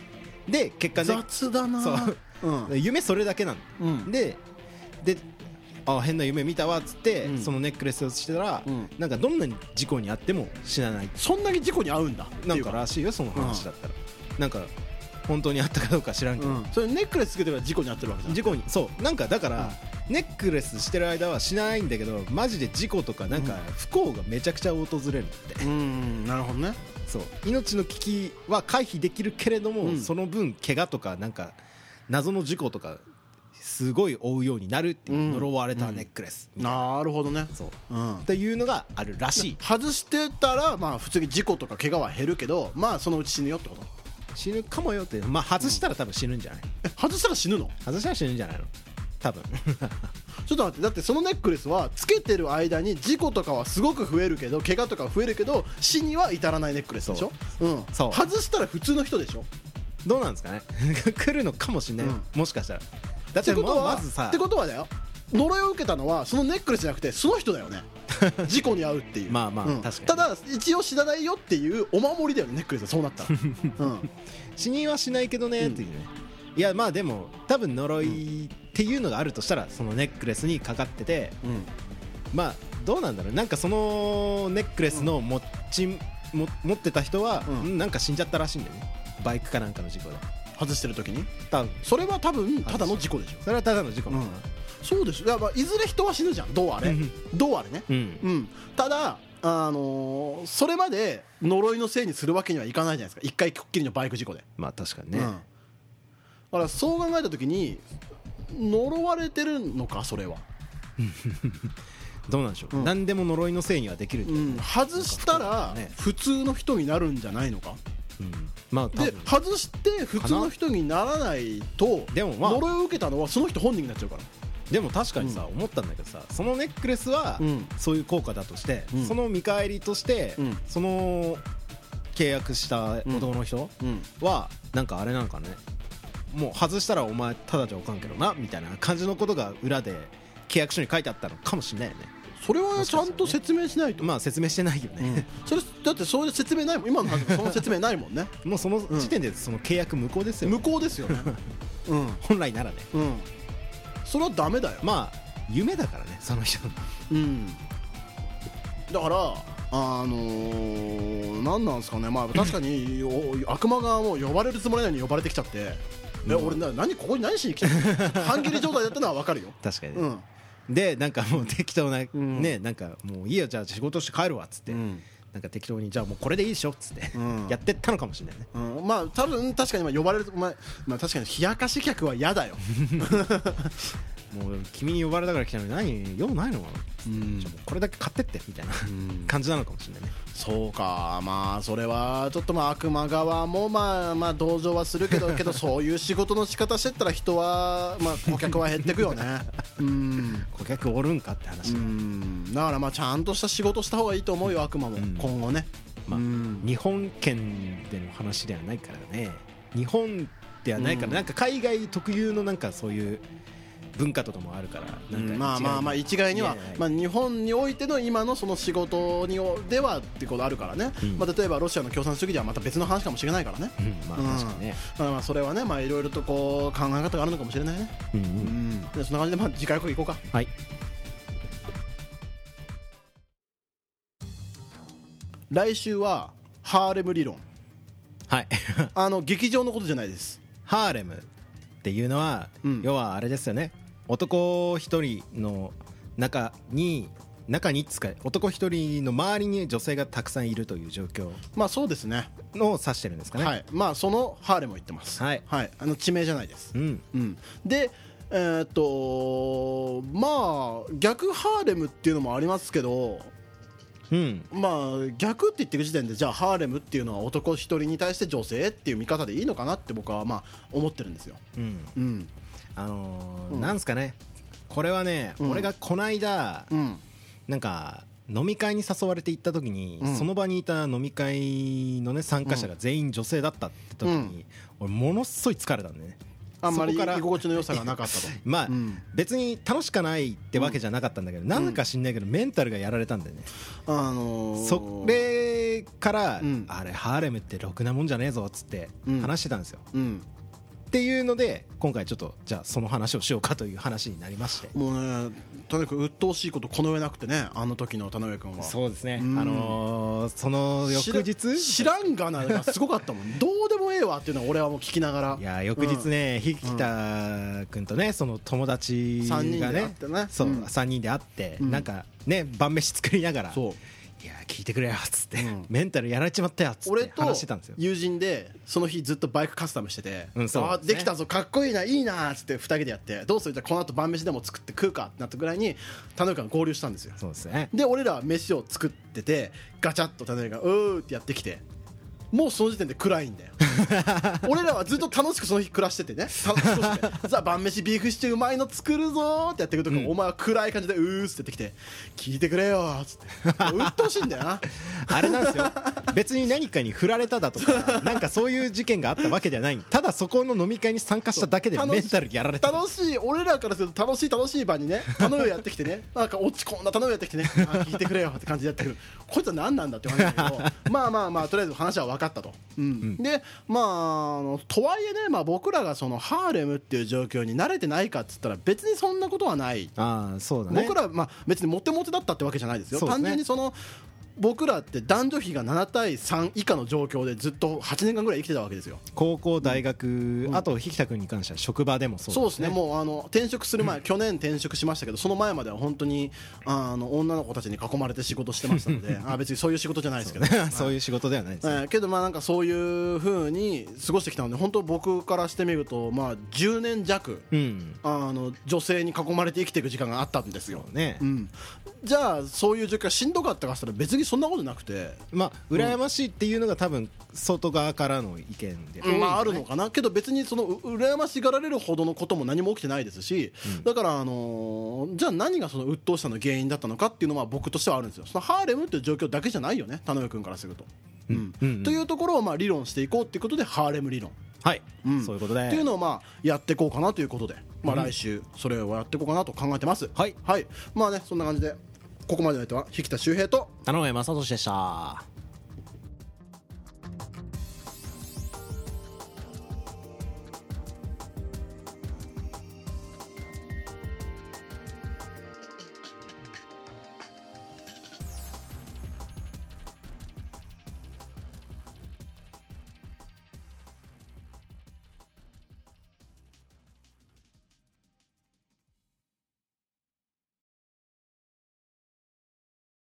Speaker 3: で結果 ね
Speaker 2: 雑だな
Speaker 3: そう
Speaker 2: うん
Speaker 3: 夢それだけなの、
Speaker 2: うん
Speaker 3: でであ変な夢見たわっつって、
Speaker 2: うん
Speaker 3: そのネックレスをしてたら、
Speaker 2: うん
Speaker 3: なんかどんなに事故にあっても死なない
Speaker 2: そんなに事故に遭うんだって
Speaker 3: なん
Speaker 2: いう
Speaker 3: か、らしいよその話だったら、なんか本当にあったかどうか知らんけ
Speaker 2: う
Speaker 3: ど、
Speaker 2: ん、それネックレスつけてるから事故に遭ってるわけじ
Speaker 3: 事故にそうなんかだから、ネックレスしてる間はしないんだけどマジで事故とかなんか
Speaker 2: うん
Speaker 3: 不幸がめちゃくちゃ訪れるって、
Speaker 2: ゃんうんなるほどね
Speaker 3: そう命の危機は回避できるけれども、
Speaker 2: うん
Speaker 3: その分怪我とかなんか謎の事故とかすごい追うようになるっていう、
Speaker 2: うん
Speaker 3: 呪われたネックレス、
Speaker 2: なるほどね
Speaker 3: そう
Speaker 2: うん
Speaker 3: っていうのがあるらしい
Speaker 2: 外してたらまあ普通に事故とか怪我は減るけどまあそのうち死ぬよってこと
Speaker 3: 死ぬかもよってまあ外したら多分死ぬんじゃない、
Speaker 2: え外したら死ぬの
Speaker 3: 外したら死ぬんじゃないの多分
Speaker 2: ちょっと待ってだってそのネックレスはつけてる間に事故とかはすごく増えるけど怪我とか増えるけど死には至らないネックレスでしょうん
Speaker 3: そう
Speaker 2: 外したら普通の人でしょ
Speaker 3: どうなんですかね 来るのかもしれない、
Speaker 2: うん
Speaker 3: もしかしたらだ
Speaker 2: っ
Speaker 3: っ
Speaker 2: てこ
Speaker 3: て
Speaker 2: と
Speaker 3: もう
Speaker 2: は
Speaker 3: まずさ
Speaker 2: ってことはだよ呪いを受けたのはそのネックレスじゃなくてその人だよね事故に遭うっていう
Speaker 3: まあまあ
Speaker 2: うん
Speaker 3: 確かに
Speaker 2: ただ一応知らないよっていうお守りだよねネックレスはそうなったら、うん、
Speaker 3: 死にはしないけどねっていうね、いやまあでも多分呪いっていうのがあるとしたらそのネックレスにかかってて
Speaker 2: うん
Speaker 3: まあどうなんだろうなんかそのネックレスの持ち、も持ってた人は、
Speaker 2: うん
Speaker 3: うんなんか死んじゃったらしいんだよねバイクかなんかの事故で
Speaker 2: 外してる時に
Speaker 3: 多分
Speaker 2: それは多分ただの事故でしょ
Speaker 3: それはただの事故なのかな
Speaker 2: そうでしょやっぱいずれ人は死ぬじゃんどうあれ
Speaker 3: うん
Speaker 2: どうあれね
Speaker 3: うん、
Speaker 2: うんただあのーそれまで呪いのせいにするわけにはいかないじゃないですか一回こっきりのバイク事故で
Speaker 3: まあ確かに
Speaker 2: ね、
Speaker 3: ね、
Speaker 2: だからそう考えた時に呪われてるのかそれは、
Speaker 3: どうなんでしょう、
Speaker 2: うん
Speaker 3: 何でも呪いのせいにはできるんじ
Speaker 2: う
Speaker 3: ゃない
Speaker 2: ん、外したら
Speaker 3: ね
Speaker 2: 普通の人になるんじゃないのか
Speaker 3: うんまあ多
Speaker 2: で
Speaker 3: 分
Speaker 2: 外して普通の人にならないと
Speaker 3: でもまあ
Speaker 2: 呪いを受けたのはその人本人になっちゃうから
Speaker 3: でも確かにさ、思ったんだけどさそのネックレスは、
Speaker 2: うん
Speaker 3: そういう効果だとして、
Speaker 2: うん
Speaker 3: その見返りとして、
Speaker 2: うん
Speaker 3: その契約した男の人
Speaker 2: うん
Speaker 3: は、なんかあれなんかねもう外したらお前ただじゃおかんけどなみたいな感じのことが裏で契約書に書いてあったのかもしれないよね
Speaker 2: それはちゃんと説明しないと、
Speaker 3: まあ説明してないよね、
Speaker 2: それだってそういう説明ないもん今の話もその説明ないもんね
Speaker 3: もうその時点でその契約無効ですよ、
Speaker 2: 無効ですよねうん
Speaker 3: 本来ならね
Speaker 2: うんそれはダメだよ、
Speaker 3: まあ夢だからねその人の
Speaker 2: うんだからあのー、何なんですかねまあ確かにお悪魔がもう呼ばれるつもりなのに呼ばれてきちゃって、え俺な何ここに何しに来たの半切り状態だったのは分かるよ
Speaker 3: 確かにね、
Speaker 2: うん
Speaker 3: でなんかもう適当な、
Speaker 2: ん
Speaker 3: ねなんかもういいよじゃあ仕事して帰るわっつって、
Speaker 2: うん
Speaker 3: なんか適当にじゃあもうこれでいいでしょっつって、
Speaker 2: うん
Speaker 3: やってったのかもしれないね
Speaker 2: うん、まあ多分確かにまあ呼ばれる、まあ、まあ確かに冷やかし客は嫌だよ、
Speaker 3: もう君に呼ばれたから来たのに何用ないのじゃあもうこれだけ買ってってみたいな、 感じなのかもしれないね
Speaker 2: そうかまあそれはちょっとまあ悪魔側もまあまあ同情はするけど けどそういう仕事の仕方してったら人はまあ顧客は減ってくよねうん
Speaker 3: 顧客おるんかって話、
Speaker 2: うんだからまあちゃんとした仕事した方がいいと思うよ悪魔も、
Speaker 3: ん
Speaker 2: 今後ね
Speaker 3: まあ
Speaker 2: うん
Speaker 3: 日本圏での話ではないからね日本ではないから、
Speaker 2: うん
Speaker 3: なんか海外特有のなんかそういう文化とかもあるからなんか
Speaker 2: まあまあまあ一概には
Speaker 3: 言えない
Speaker 2: まあ、日本においての今のその仕事におではってことあるからね、
Speaker 3: うん
Speaker 2: まあ、例えばロシアの共産主義ではまた別の話かもしれないからね、
Speaker 3: うんまあ確かにね、
Speaker 2: まあまあそれはねまあいろいろとこう考え方があるのかもしれないね、
Speaker 3: うんうん
Speaker 2: でそんな感じでまあ次回予告いこうか
Speaker 3: はい
Speaker 2: 来週はハーレム理論
Speaker 3: はい
Speaker 2: あの劇場のことじゃないです
Speaker 3: ハーレムっていうのは、
Speaker 2: うん
Speaker 3: 要はあれですよね男一人の中に中に使い男一人の周りに女性がたくさんいるという状況
Speaker 2: まあそうですね
Speaker 3: のを指してるんですかね、
Speaker 2: はいまあそのハーレムを言ってます
Speaker 3: はい
Speaker 2: あの地名じゃないです
Speaker 3: うん、
Speaker 2: うんでえーっとまあ逆ハーレムっていうのもありますけど
Speaker 3: うん、
Speaker 2: まあ逆って言ってる時点でじゃあハーレムっていうのは男一人に対して女性っていう見方でいいのかなって僕はまあ思ってるんですよ
Speaker 3: うん、
Speaker 2: うん
Speaker 3: あのー
Speaker 2: うん
Speaker 3: なんすかねこれはね、
Speaker 2: うん
Speaker 3: 俺がこの間
Speaker 2: うん
Speaker 3: なんか飲み会に誘われて行った時に、
Speaker 2: うん
Speaker 3: その場にいた飲み会のね参加者が全員女性だったって時に、俺ものすごい疲れたんだよね
Speaker 2: あんまり
Speaker 3: そこから
Speaker 2: 居心地の良さがなかったと
Speaker 3: まあ、
Speaker 2: うん
Speaker 3: 別に楽しかないってわけじゃなかったんだけど、なんか知んないけどメンタルがやられたんだよね、
Speaker 2: あのー
Speaker 3: それから、
Speaker 2: うん
Speaker 3: あれハーレムってろくなもんじゃねえぞっつって
Speaker 2: うん
Speaker 3: 話してたんですよ、
Speaker 2: うん
Speaker 3: っていうので今回ちょっとじゃあその話をしようかという話になりまして
Speaker 2: もうねとにかく鬱陶しいことこの上なくてねあの時の田上君は
Speaker 3: そうですね、
Speaker 2: うん
Speaker 3: あのーその翌
Speaker 2: 知ら
Speaker 3: 日
Speaker 2: 知らんがながすごかったも んどうでもええわっていうのは俺はもう聞きながら
Speaker 3: いや翌日ね、ひきたくんとねその友達が
Speaker 2: 三人で会
Speaker 3: ね
Speaker 2: ってね
Speaker 3: そう、
Speaker 2: うん
Speaker 3: 3人で会って、
Speaker 2: うん
Speaker 3: なんかね晩飯作りながら
Speaker 2: そう
Speaker 3: いや聞いてくれよっつって、
Speaker 2: うん
Speaker 3: メンタルやられちまったよっつっ
Speaker 2: 俺
Speaker 3: て
Speaker 2: と
Speaker 3: 話してたんですよ
Speaker 2: 友人でその日ずっとバイクカスタムしてて「
Speaker 3: うんそう
Speaker 2: あ
Speaker 3: ですね
Speaker 2: できたぞかっこいいないいな」っつって2人でやって「どうするじゃあこの後晩飯でも作って食うか」ってなったぐらいに田上君が合流したんですよ
Speaker 3: そうですね
Speaker 2: で俺らは飯を作っててガチャッと田上が「うー」ってやってきてもうその時点で暗いんだよ俺らはずっと楽しくその日暮らしててね楽しくしてさあ晩飯ビーフシチューうまいの作るぞーってやってるとこ、お前は暗い感じでうーっつってやってきて聞いてくれよーっつってうっとうしいんだよな
Speaker 3: あれなんですよ別に何かに振られただ とかなんかそういう事件があったわけじゃないただそこの飲み会に参加しただけでメンタルやられた
Speaker 2: 楽しい俺らからすると楽しい楽しい場に ね頼むやってきてねなんか落ち込んだ頼むやってきてねあー聞いてくれよって感じでやってくるこいつは何なんだって話だけ どまあまあまあとりあえず話は分かったと、うんでまああのとはいえね、まあ、僕らがそのハーレムっていう状況に慣れてないかっつったら別にそんなことはない
Speaker 3: ああそうだね
Speaker 2: 僕ら、まあ、別にモテモテだったってわけじゃないですよ
Speaker 3: そうです
Speaker 2: 単
Speaker 3: ね
Speaker 2: 純にその僕らって男女比が7対3以下の状況でずっと8年間ぐらい生きてたわけですよ
Speaker 3: 高校大学、あとひきたくんに関しては職場でもそう
Speaker 2: そうですねもうあの転職する前、去年転職しましたけどその前までは本当にあの女の子たちに囲まれて仕事してました のであ別にそういう仕事じゃないですけど、
Speaker 3: ねそういう仕事ではないです
Speaker 2: え
Speaker 3: ね、
Speaker 2: ーけどまあなんかそういうふうに過ごしてきたので本当僕からしてみると、まあ、10年弱、
Speaker 3: うん
Speaker 2: あの女性に囲まれて生きていく時間があったんですよ、
Speaker 3: ね、
Speaker 2: うん、じゃあそういう状況がしんどかったかしたら別にそんなことなくて、
Speaker 3: まあ羨ましいっていうのが多分外側からの意見で、
Speaker 2: まああるのかなけど別にそのう羨ましがられるほどのことも何も起きてないですし、だからあのーじゃあ何がその鬱陶しさの原因だったのかっていうのは僕としてはあるんですよそのハーレムっていう状況だけじゃないよね田上君からすると。うんというところをまあ理論していこうっていうことでハーレム理論。
Speaker 3: はい、
Speaker 2: ん
Speaker 3: そういうことで
Speaker 2: っていうのをまあやっていこうかなということで、まあ、来週それをやっていこうかなと考えてます、
Speaker 3: はい
Speaker 2: はいまあねそんな感じでここまでの相手は引田修平と
Speaker 3: 田上正俊でした